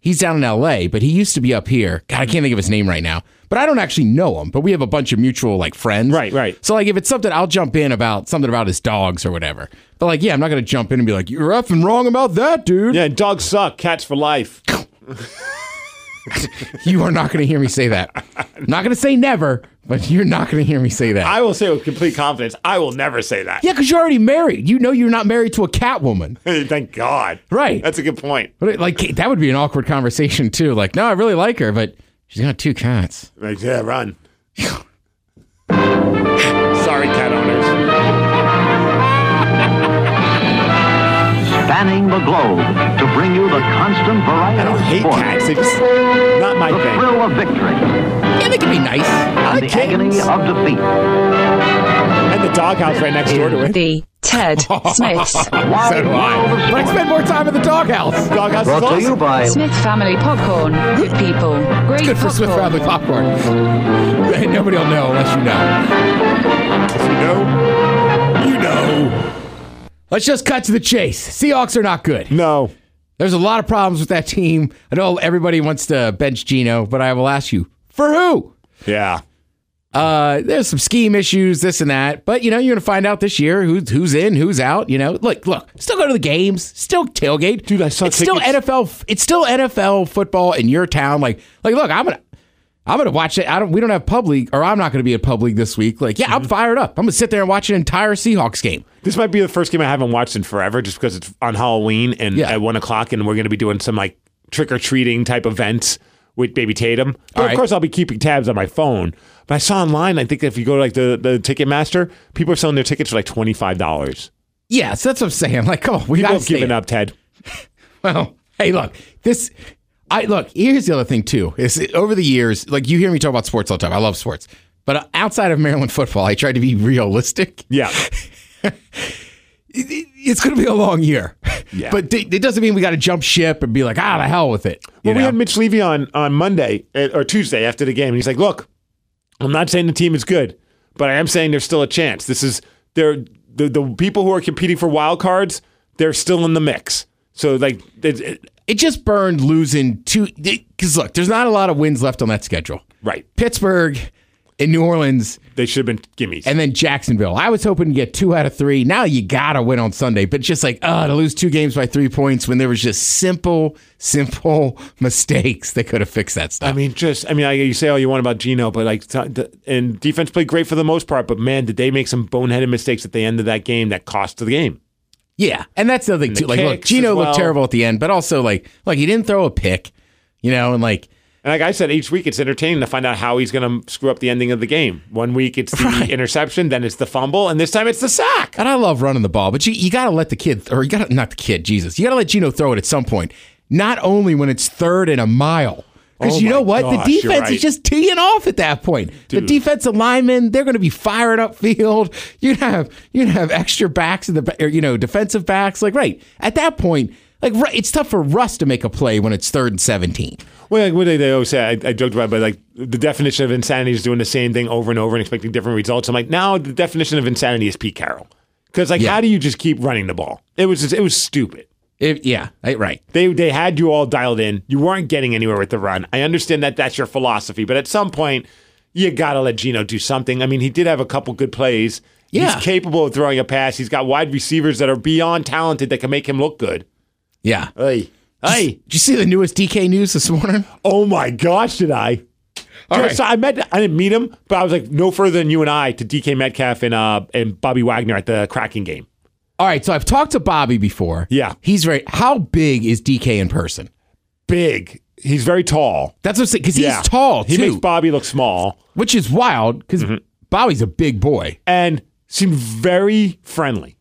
he's down in LA, but he used to be up here. God, I can't think of his name right now. But I don't actually know him, but we have a bunch of mutual like friends. Right, right. So, like, if it's something, I'll jump in about something about his dogs or whatever. But, like, yeah, I'm not going to jump in and be like, you're effing wrong about that, dude. Yeah, and dogs suck, cats for life. You are not going to hear me say that. not going to say never, but you're not going to hear me say that. I will say with complete confidence, I will never say that. yeah, because you're already married. You know you're not married to a cat woman. Thank God. Right. That's a good point. But it, like that would be an awkward conversation too. Like, no, I really like her, but she's got two cats. Like, yeah, run. Sorry, cat owners. spanning the globe to bring you the constant variety I don't of hate sports, cats. It's just not my the thing. thrill of victory, Yeah, they can be nice. and the agony of defeat. And the doghouse right next door to it. The Ted Smiths. Why So do I. But I spend more time at the doghouse. Doghouse is Brought to you awesome. by Smith Family Popcorn. Good people. Great Good for popcorn. Swift Family Popcorn. Hey, Nobody will know unless you know. You know? You know. Let's just cut to the chase. Seahawks are not good. No. There's a lot of problems with that team. I know everybody wants to bench Geno, but I will ask you for who? Yeah. Uh, there's some scheme issues, this and that. But you know, you're gonna find out this year who's who's in, who's out. You know, look, look, still go to the games, still tailgate, Dude, I saw It's still tickets- NFL. It's still NFL football in your town. Like, like, look, I'm gonna. I'm gonna watch it. I don't. We don't have pub league, or I'm not gonna be at pub league this week. Like, yeah, I'm Mm-hmm. fired up. I'm gonna sit there and watch an entire Seahawks game. This might be the first game I haven't watched in forever just because it's on Halloween and Yeah. at one o'clock and we're going to be doing some like trick or treating type events with Baby Tatum. But All of right. course, I'll be keeping tabs on my phone. But I saw online, I think if you go to like the, the Ticketmaster, people are selling their tickets for like $25. Yeah, so that's what I'm saying. Like, come on, we People gotta have stay given up. up, Ted. Well, hey, look, this. I look. Here's the other thing too. Is it- over the years, like you hear me talk about sports all the time. I love sports, but uh, outside of Maryland football, I try to be realistic. Yeah. It- it- It's going to be a long year, Yeah. but th- it doesn't mean we got to jump ship and be like, ah, the hell with it. you Well, we know? had Mitch Levy on on Monday eh, or Tuesday after the game, and he's like, "Look, I'm not saying the team is good, but I am saying there's still a chance. This is they're the the people who are competing for wild cards. They're still in the mix. So like, it, it, it just burned losing two. Because look, there's not a lot of wins left on that schedule. Right. Pittsburgh and New Orleans, They should have been gimmies. and then Jacksonville. I was hoping to get two out of three. Now you gotta win on Sunday, but just like uh, to lose two games by three points when there was just simple, simple mistakes that could have fixed that stuff. I mean, just I mean, I, you say all you want about Gino, but like, t- t- and defense played great for the most part. But man, did they make some boneheaded mistakes at the end of that game that cost the game? Yeah, and that's the other thing the too. Like, look, kicks as Gino well. looked terrible at the end, but also like, like he didn't throw a pick, you know, and like, And like I said, each week it's entertaining to find out how he's going to screw up the ending of the game. One week it's the interception, then it's the fumble, and this time it's the sack. and I love running the ball, but you you gotta let the kid, or you gotta not the kid, Jesus, you gotta let Gino throw it at some point. Not only when it's third and a mile, because Oh you know my what, gosh, the you're defense right. is just teeing off at that point. The Dude. defensive linemen, they're going to be firing up field. You have you have extra backs in the ba- or, you know defensive backs. Like right at that point, like right, it's tough for Russ to make a play when it's third and seventeen. Well, like, what did they always say? I, I joked about, it, but like the definition of insanity is doing the same thing over and over and expecting different results. I'm like, now the definition of insanity is Pete Carroll, because like, Yeah. how do you just keep running the ball? It was just, it was stupid. It, yeah, right, right. They they had you all dialed in. You weren't getting anywhere with the run. I understand that that's your philosophy, but at some point, you gotta let Gino do something. I mean, he did have a couple good plays. Yeah. He's capable of throwing a pass. He's got wide receivers that are beyond talented that can make him look good. Yeah. Hey, hey! Did you see the newest DK news this morning? Oh my gosh, did I? All Dude, right. so I met. I didn't meet him, but I was like no further than you and I to DK Metcalf and uh and Bobby Wagner at the cracking game. All right, so I've talked to Bobby before. Yeah. He's very how big is DK in person? Big. He's very tall. That's what I'm saying cuz yeah. he's tall He too, makes Mm-hmm. Bobby look small. which is wild cuz Bobby's a big boy. and seemed very friendly.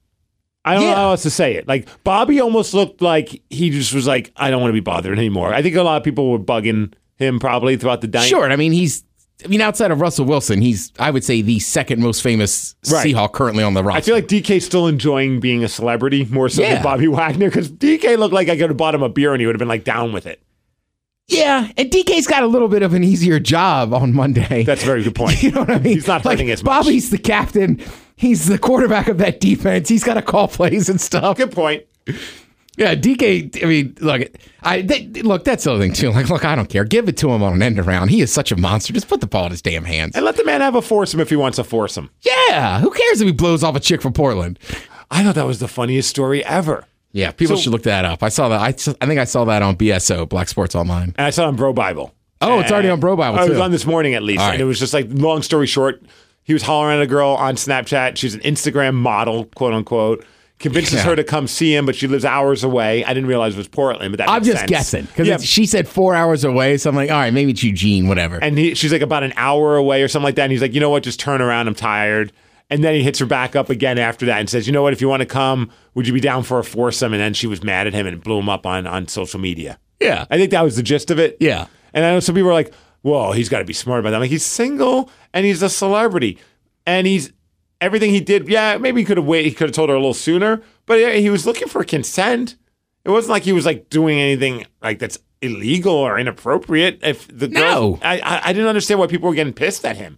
I don't know Yeah. how else to say it. Like Bobby almost looked like he just was like, I don't want to be bothered anymore. I think a lot of people were bugging him probably throughout the night. Sure, and I mean he's I mean outside of Russell Wilson, he's I would say the second most famous Right. Seahawk currently on the roster. I feel like DK's still enjoying being a celebrity more so Yeah. than Bobby Wagner because DK looked like I could have bought him a beer and he would have been like down with it. Yeah, and DK's got a little bit of an easier job on Monday. That's a very good point. You know what I mean? He's not hurting like, as much. Bobby's the captain. He's the quarterback of that defense. He's got to call plays and stuff. Good point. Yeah, DK. I mean, look, I they, look. That's the other thing too. Like, look, I don't care. Give it to him on an end around. He is such a monster. Just put the ball in his damn hands. And let the man have a foursome if he wants a foursome. Yeah, who cares if he blows off a chick from Portland? I thought that was the funniest story ever. Yeah, people So- should look that up. I saw that. I, s- I think I saw that on BSO Black Sports Online. and I saw it on Bro Bible. Oh, it's already And- on Bro Bible, I was too. on this morning at least, All right. and it was just like long story short, he was hollering at a girl on Snapchat. She's an Instagram model, quote unquote. Convinces Yeah. her to come see him, but she lives hours away. I didn't realize it was Portland, but that I'm makes just sense. guessing because Yeah, she said four hours away. So I'm like, all right, maybe it's Eugene, whatever. and he, she's like about an hour away or something like that. And he's like, you know what? Just turn around. I'm tired. And then he hits her back up again after that and says, you know what? If you want to come, would you be down for a foursome? And then she was mad at him and blew him up on on social media. yeah, I think that was the gist of it. Yeah. And I know some people are like, "Whoa, he's got to be smart about that." I'm like, he's single and he's a celebrity, and he's everything he did. Yeah, maybe he could have waited. He could have told her a little sooner, but yeah, he was looking for consent. It wasn't like he was like doing anything like that's illegal or inappropriate. If the No. girls- I, I I didn't understand why people were getting pissed at him.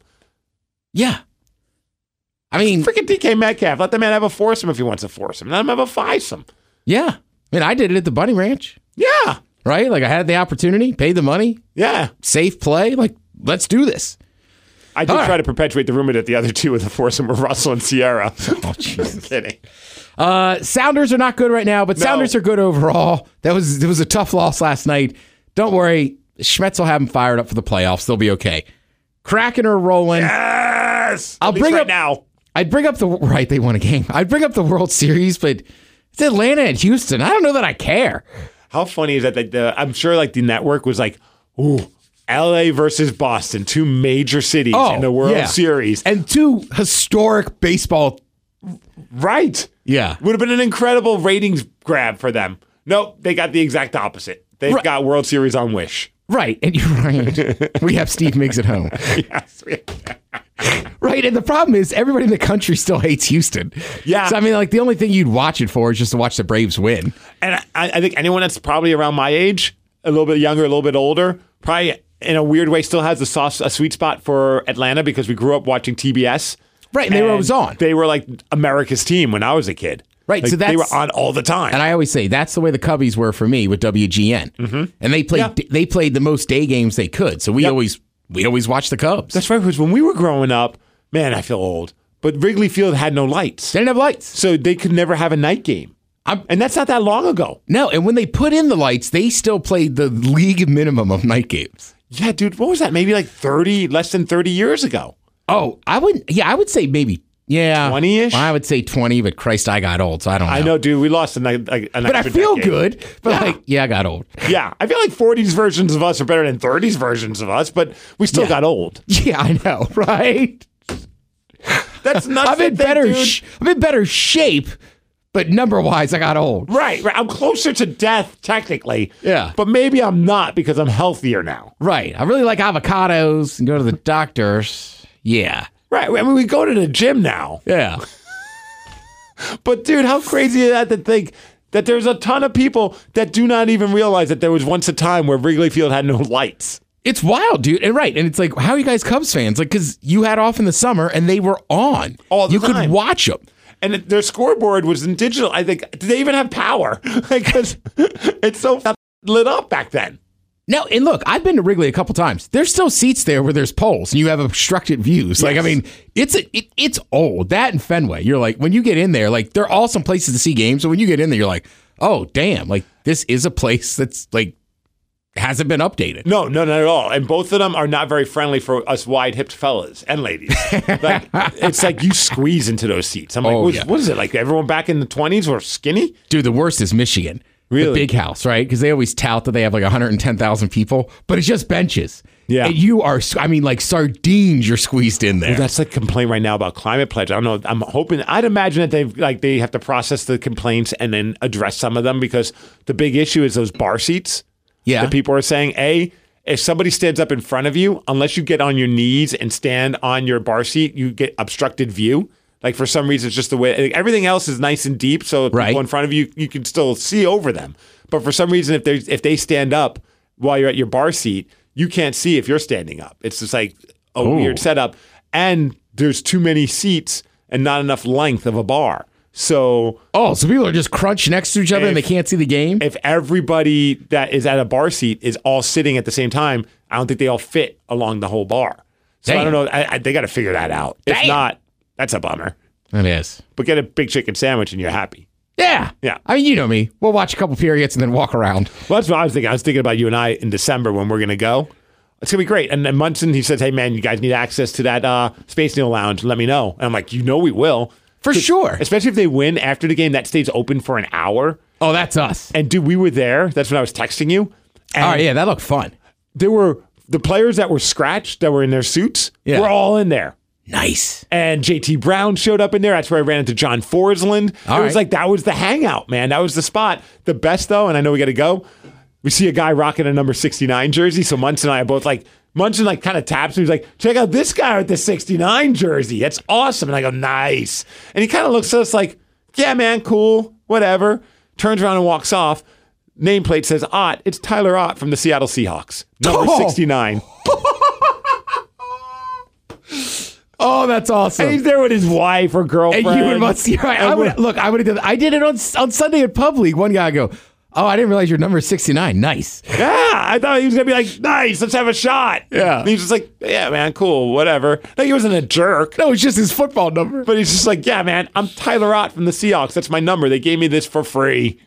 yeah. I mean, Freaking DK Metcalf, let the man have a foursome if he wants a foursome. Let him have a fivesome. yeah. I mean, I did it at the Bunny Ranch, Yeah, right? Like I had the opportunity, paid the money, yeah. safe play. Like, let's do this. I did All right. try to perpetuate the rumor that the other two of the foursome were Russell and Sierra. Oh, Jesus. Kidding. Uh, Sounders are not good right now, but No. Sounders are good overall. That was it was a tough loss last night. Don't worry, Schmetz will have them fired up for the playoffs. They'll be okay. Cracking or rolling. Yes. I'll At least bring right up- now. I'd bring up the right. They won a game. I'd bring up the World Series, but it's Atlanta and Houston. I don't know that I care. How funny is that? That the, I'm sure like the network was like, ooh, L.A. versus Boston, two major cities in the World Oh, yeah. Series. and two historic baseball. right. Yeah, Would have been an incredible ratings grab for them. Nope, they got the exact opposite. They've Right. got World Series on Wish. right. And you're right. we have Steve Miggs at home. yes. Right, and the problem is everybody in the country still hates Houston. Yeah. So I mean, like the only thing you'd watch it for is just to watch the Braves win. And I, I think anyone that's probably around my age, a little bit younger, a little bit older, probably in a weird way still has a, soft, a sweet spot for Atlanta because we grew up watching TBS. Right, and they were always on. They were like America's team when I was a kid. Right, Like, so they that's- were on all the time. And I always say that's the way the Cubbies were for me with WGN, mm-hmm. and they played Yeah. they played the most day games they could. So we Yep. always we always watched the Cubs. That's right. Because when we were growing up, man, I feel old. But Wrigley Field had no lights, they didn't have lights. so they could never have a night game. I'm- and that's not that long ago. No, and when they put in the lights, they still played the league minimum of night games. Yeah, dude, what was that? Maybe like thirty, less than thirty years ago. Oh, I would yeah, I would say maybe yeah 20-ish? Well, I would say twenty, but Christ, I got old, so I don't. Know. I know, dude. We lost a night. Like, an but I extra feel decade. good. But Yeah. like, yeah, I got old. Yeah, I feel like '40s versions of us are better than '30s versions of us, but we still Yeah. got old. Yeah, I know, right? That's not. I'm in better. Sh- I'm in better shape, but number wise, I got old. Right, right. I'm closer to death technically. Yeah. But maybe I'm not because I'm healthier now. Right. I really like avocados and go to the doctors. Yeah. Right. I mean, we go to the gym now. Yeah. But dude, how crazy is that to think that there's a ton of people that do not even realize that there was once a time where Wrigley Field had no lights. It's wild, dude. And right. And it's like, how are you guys Cubs fans? Like, because you had off in the summer and they were on. All the you time. could watch them. And it- their scoreboard was in digital. I think did they even have power? Because it's so f- lit up back then. No, and look, I've been to Wrigley a couple times. There's still seats there where there's poles and you have obstructed views. Like, I Yes. mean, it's a, it, it's old. That and Fenway. You're like, when you get in there, like, they're awesome places to see games. But when you get in there, you're like, oh, damn. Like, this is a place that's like, hasn't been updated. No, no, not at all. And both of them are not very friendly for us wide-hipped fellas and ladies. Like, it's like you squeeze into those seats. I'm like, Oh, what, yeah. what is it like? Everyone back in the 20s were skinny. Dude, the worst is Michigan. The Really? big house, right? Because they always tout that they have like 110,000 people, but it's just benches. Yeah. And you are, s- I mean, like sardines, you're squeezed in there. Well, that's the complaint right now about climate pledge. I don't know. I'm hoping. I'd imagine that they've like they have to process the complaints and then address some of them because the big issue is those bar seats. yeah. That people are saying, a if somebody stands up in front of you, unless you get on your knees and stand on your bar seat, you get obstructed view. Like for some reason, it's just the way like, everything else is nice and deep. So if Right. people in front of you, you can still see over them. But for some reason, if they if they stand up while you're at your bar seat, you can't see if you're standing up. It's just like a weird setup. And there's too many seats and not enough length of a bar. So oh, so people are just crunched next to each other and they If- can't see the game? if everybody that is at a bar seat is all sitting at the same time, I don't think they all fit along the whole bar. So I Damn. don't know. I, I, they got to figure that out. If Damn. not, that's a bummer. it is. But get a big chicken sandwich and you're happy. Yeah. Yeah. I mean, you know me. We'll watch a couple periods and then walk around. Well, that's what I was thinking. I was thinking about you and I in December when we're going to go. It's going to be great. And then Munson, he says, hey, man, you guys need access to that uh, Space Needle Lounge. Let me know. And I'm like, you know we will. For sure. Especially if they win after the game, that stays open for an hour. Oh, that's us. And dude, we were there. That's when I was texting you. And All right. Yeah, that looked fun. there were the players that were scratched that were in their suits Yeah. were all in there. Nice. And JT Brown showed up in there. That's where I ran into John Forsland. All it was right. like that was the hangout, man. That was the spot. The best though, and I know we got to go. We see a guy rocking a number sixty nine jersey. So Munson and I are both like Munson like kind of taps me. He's like, check out this guy with the sixty nine jersey. That's awesome. And I go, nice. And he kind of looks at us like, yeah, man, cool, whatever. Turns around and walks off. Nameplate says Ott. It's Tyler Ott from the Seattle Seahawks, number Oh. sixty nine. Oh, that's awesome. And he's there with his wife or And girlfriend. you would must see right. And I we're- would look. I would have done. I did it on on Sunday at Public. One guy go, "Oh, I didn't realize your number is 69. Nice." Yeah, I thought he was gonna be like, nice, let's have a shot. Yeah. and he's just like, yeah, man, cool, whatever. Like he wasn't a jerk, No, it's just his football number. but he's just like, yeah, man, I'm Tyler Ott from the Seahawks. That's my number. They gave me this for free.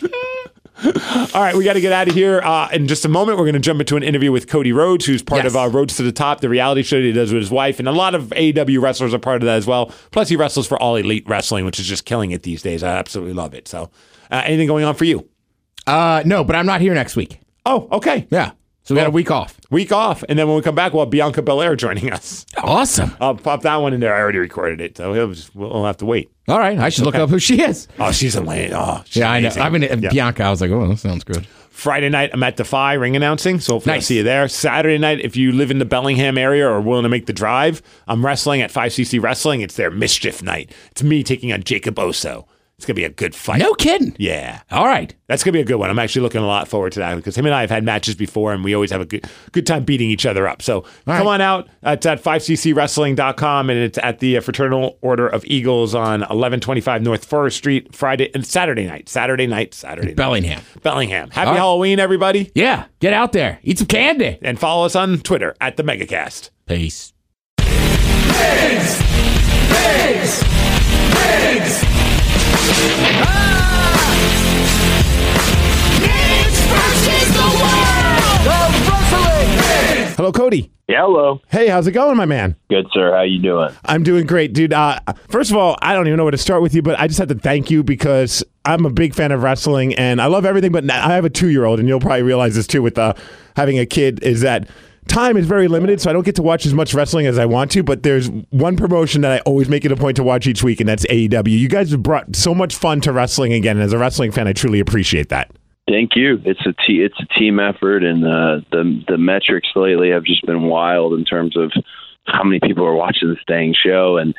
All right, we got to get out of here. Uh, in just a moment, we're going to jump into an interview with Cody Rhodes, who's part Yes. of uh, Roads to the Top, the reality show that he does with his wife. And a lot of AEW wrestlers are part of that as well. Plus, he wrestles for All Elite Wrestling, which is just killing it these days. I absolutely love it. So, uh, anything going on for you? Uh, no, but I'm not here next week. Oh, okay. Yeah, so Oh. we got a week off. week off. And then when we come back, we'll have Bianca Belair joining us. Awesome. I'll pop that one in there. I already recorded it, so he'll just, we'll have to wait. All right, I should look up who she is. Oh, she's a lady. Oh, she's Yeah, I know. amazing. I mean, uh, Yeah. Bianca. I was like, oh, that sounds good. Friday night, I'm at Defy ring announcing, so hopefully I'll Nice. see you there. Saturday night, if you live in the Bellingham area or are willing to make the drive, I'm wrestling at 5cc Wrestling. It's their mischief night. It's me taking on Jacob Oso. It's gonna be a good fight. No kidding. Yeah. All right. That's gonna be a good one. I'm actually looking a lot forward to that because him and I have had matches before, and we always have a good good time beating each other up. So right. come on out. It's at 5ccwrestling.com, and it's at the uh, Fraternal Order of Eagles on 1125 North Forest Street, Friday and Saturday night. Saturday night. Saturday. night. Bellingham. Bellingham. Happy All right. Halloween, everybody, Yeah. Get out there. Eat some candy. and follow us on Twitter at the Megacast. Peace. Hello, Cody. Hello. Hey, how's it going, my man? Good, sir. How you doing? I'm doing great, dude. Uh, first of all, I don't even know where to start with you, but I just have to thank you because I'm a big fan of wrestling and I love everything. But I have a two year old, and you'll probably realize this too with uh, having a kid is that time is very limited, so I don't get to watch as much wrestling as I want to. But there's one promotion that I always make it a point to watch each week, and that's AEW. You guys have brought so much fun to wrestling again, and as a wrestling fan, I truly appreciate that. Thank you. It's a te- it's a team effort, and uh, the the metrics lately have just been wild in terms of how many people are watching this dang show, and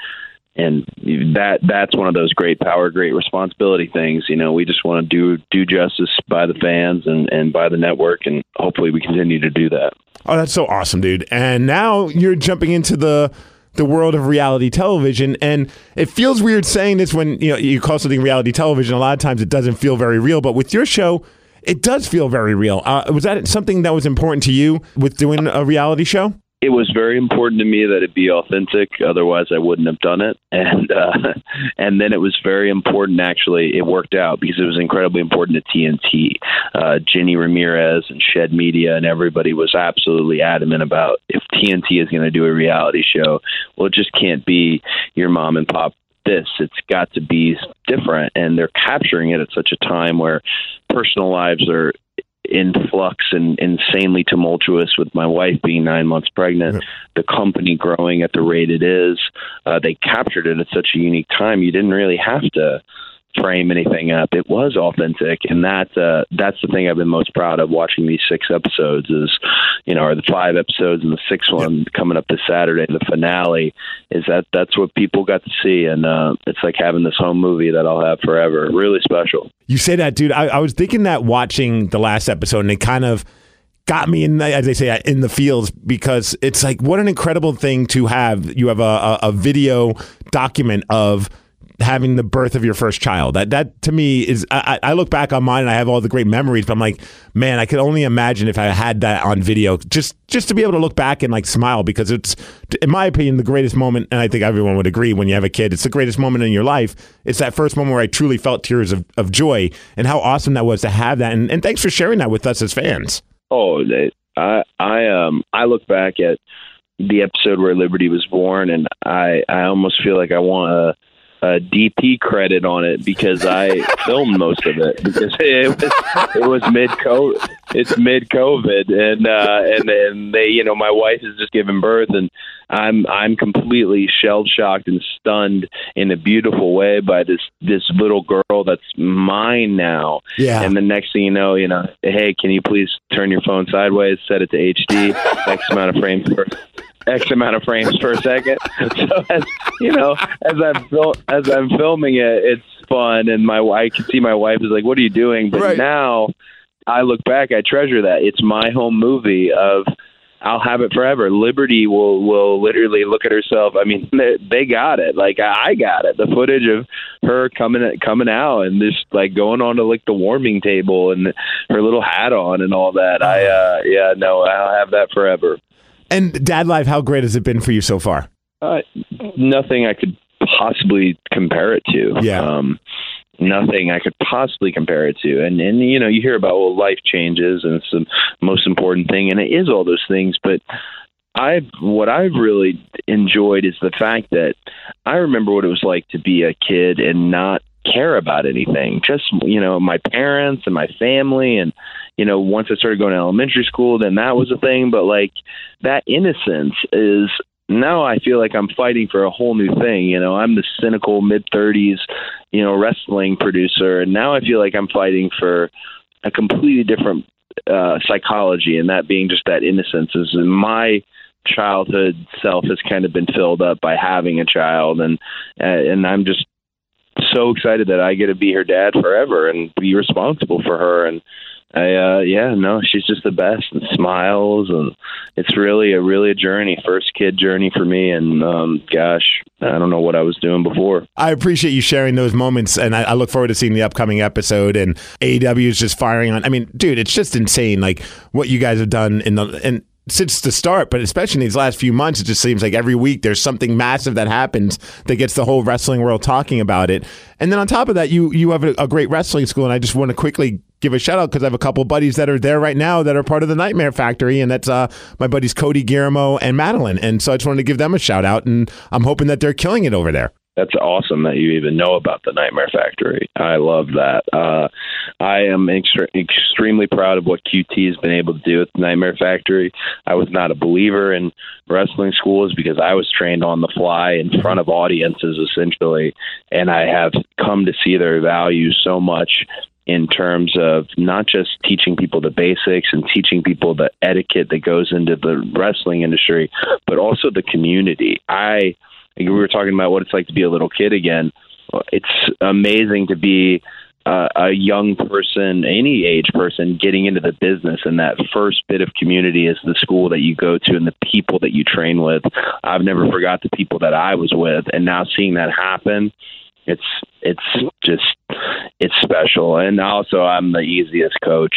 and that that's one of those great power, great responsibility things. You know, we just want to do do justice by the fans and and by the network, and hopefully we continue to do that. Oh, that's so awesome, dude. And now you're jumping into the the world of reality television and it feels weird saying this when you know you call something reality television a lot of times it doesn't feel very real but with your show it does feel very real uh, was that something that was important to you with doing a reality show it was very important to me that it be authentic otherwise i wouldn't have done it and uh and then it was very important actually it worked out because it was incredibly important to tnt uh jenny ramirez and shed media and everybody was absolutely adamant about if tnt is going to do a reality show well it just can't be your mom and pop this it's got to be different and they're capturing it at such a time where personal lives are in flux and insanely tumultuous with my wife being nine months pregnant, the company growing at the rate it is. Uh, they captured it at such a unique time. You didn't really have to frame anything up. It was authentic, and that uh, that's the thing I've been most proud of watching these six episodes. Is you know, or the five episodes and the sixth one coming up this Saturday, the finale. Is that that's what people got to see, and uh, it's like having this home movie that I'll have forever. Really special. You say that, dude. I, I was thinking that watching the last episode, and it kind of got me in, the, as they say, in the fields because it's like what an incredible thing to have. You have a, a, a video document of having the birth of your first child. That that to me is. I, I I look back on mine and I have all the great memories, but I'm like, man, I could only imagine if I had that on video. Just just to be able to look back and like smile because it's, in my opinion, the greatest moment, and I think everyone would agree when you have a kid, it's the greatest moment in your life. It's that first moment where I truly felt tears of, of joy and how awesome that was to have that. And, and thanks for sharing that with us as fans. Oh, they- I I um I look back at the episode where Liberty was born, and I I almost feel like I want a, a DP credit on it because I filmed most of it because it was it was mid COVID. It's mid COVID, and uh, and and they you know my wife has just given birth, and I'm I'm completely shell shocked and stunned in a beautiful way by this this little girl that's mine now. Yeah. And the next thing you know, you know, hey, can you please turn your phone sideways, set it to HD, X amount of frames per X amount of frames per second. So as you know, as I'm fil- as I'm filming it, it's fun, and my wi- I can see my wife is like, "What are you doing?" But Right. now, I look back, I treasure that. It's my home movie of. I'll have it forever. Liberty will will literally look at herself. I mean, they, they got it. Like I I got it. The footage of her coming coming out and just like going on to like the warming table and her little hat on and all that. I uh yeah no, I'll have that forever. And Dad Life, how great has it been for you so far? Uh, nothing I could possibly compare it to. Yeah. Um, nothing I could possibly compare it to. And and you know, you hear about well, life changes and it's the most important thing, and it is all those things. But I've what I've really enjoyed is the fact that I remember what it was like to be a kid and not care about anything. Just you know, my parents and my family and you know, once I started going to elementary school, then that was a thing. But like that innocence is now I feel like I'm fighting for a whole new thing. You know, I'm the cynical mid 30s, you know, wrestling producer, and now I feel like I'm fighting for a completely different uh, psychology, and that being just that innocence. Is and my childhood self has kind of been filled up by having a child, and uh, and I'm just so excited that I get to be her dad forever and be responsible for her. And I, uh, yeah, no, she's just the best and smiles. And it's really a, really a journey, first kid journey for me. And, um, gosh, I don't know what I was doing before. I appreciate you sharing those moments, and I, I look forward to seeing the upcoming episode. And AEW is just firing on. I mean, dude, it's just insane, like what you guys have done in the and since the start, but especially in these last few months, it just seems like every week there's something massive that happens that gets the whole wrestling world talking about it. And then on top of that, you you have a, a great wrestling school, and I just want to quickly give a shout out because I have a couple buddies that are there right now that are part of the Nightmare Factory, and that's uh, my buddies Cody Guillermo and Madeline. And so I just wanted to give them a shout out, and I'm hoping that they're killing it over there. that's awesome that you even know about the Nightmare Factory. I love that. Uh, I am extre- extremely proud of what QT has been able to do with the Nightmare Factory. I was not a believer in wrestling schools because I was trained on the fly in front of audiences, essentially, and I have come to see their value so much in terms of not just teaching people the basics and teaching people the etiquette that goes into the wrestling industry, but also the community. I we were talking about what it's like to be a little kid again. It's amazing to be uh, a young person, any age person, getting into the business, and that first bit of community is the school that you go to and the people that you train with. I've never forgot the people that I was with, and now seeing that happen, it's it's just it's special. And also, I'm the easiest coach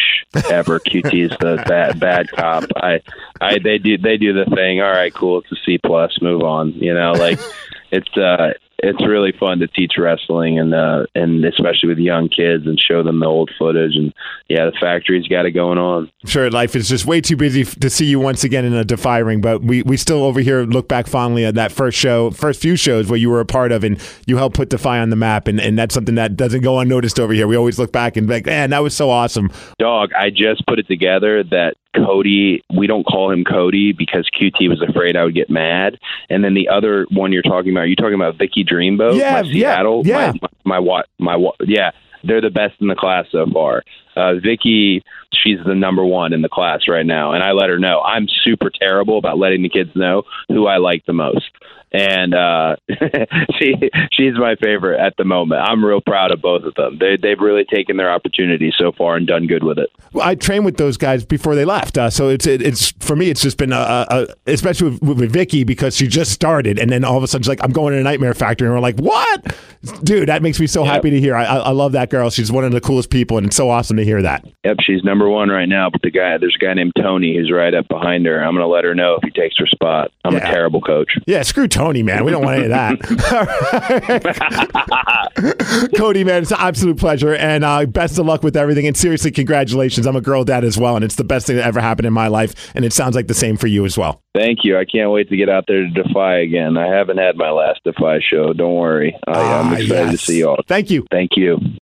ever. QT is the bad, bad cop. I, I they do they do the thing. All right, cool. It's a C plus. Move on. You know, like it's uh, it's really fun to teach wrestling and uh, and especially with young kids and show them the old footage. And yeah, the factory's got it going on. I'm sure life is just way too busy f- to see you once again in a defy ring, but we, we still over here look back fondly at that first show, first few shows where you were a part of and you helped put defy on the map. And, and that's something that doesn't go unnoticed over here. We always look back and be like, man, that was so awesome. dog, I just put it together that Cody, we don't call him Cody because QT was afraid I would get mad. And then the other one you're talking about, you're talking about Vicky Dreamboat, Yeah, my yeah, Seattle, yeah. my my what my, wa yeah, they're the best in the class so far. Uh, Vicky, she's the number one in the class right now, and I let her know I'm super terrible about letting the kids know who I like the most. And uh, she she's my favorite at the moment. I'm real proud of both of them. They they've really taken their opportunity so far and done good with it. Well, I trained with those guys before they left, uh, so it's it, it's for me. It's just been a, a, a especially with, with Vicky because she just started, and then all of a sudden she's like, "I'm going to a Nightmare Factory," and we're like, "What, dude?" That makes me so happy to hear. I, I I love that girl. She's one of the coolest people, and it's so awesome to hear that. Yep, she's number one right now. But the guy, there's a guy named Tony who's right up behind her. I'm gonna let her know if he takes her spot. I'm Yeah. a terrible coach. Yeah, screw Tony, man. We don't want any of that. Cody, man, it's an absolute pleasure, and uh, best of luck with everything. And seriously, congratulations. I'm a girl dad as well, and it's the best thing that ever happened in my life. And it sounds like the same for you as well. Thank you. I can't wait to get out there to Defy again. I haven't had my last Defy show. Don't worry. I, I'm Ah, excited to yes. see y'all. Thank you. Thank you.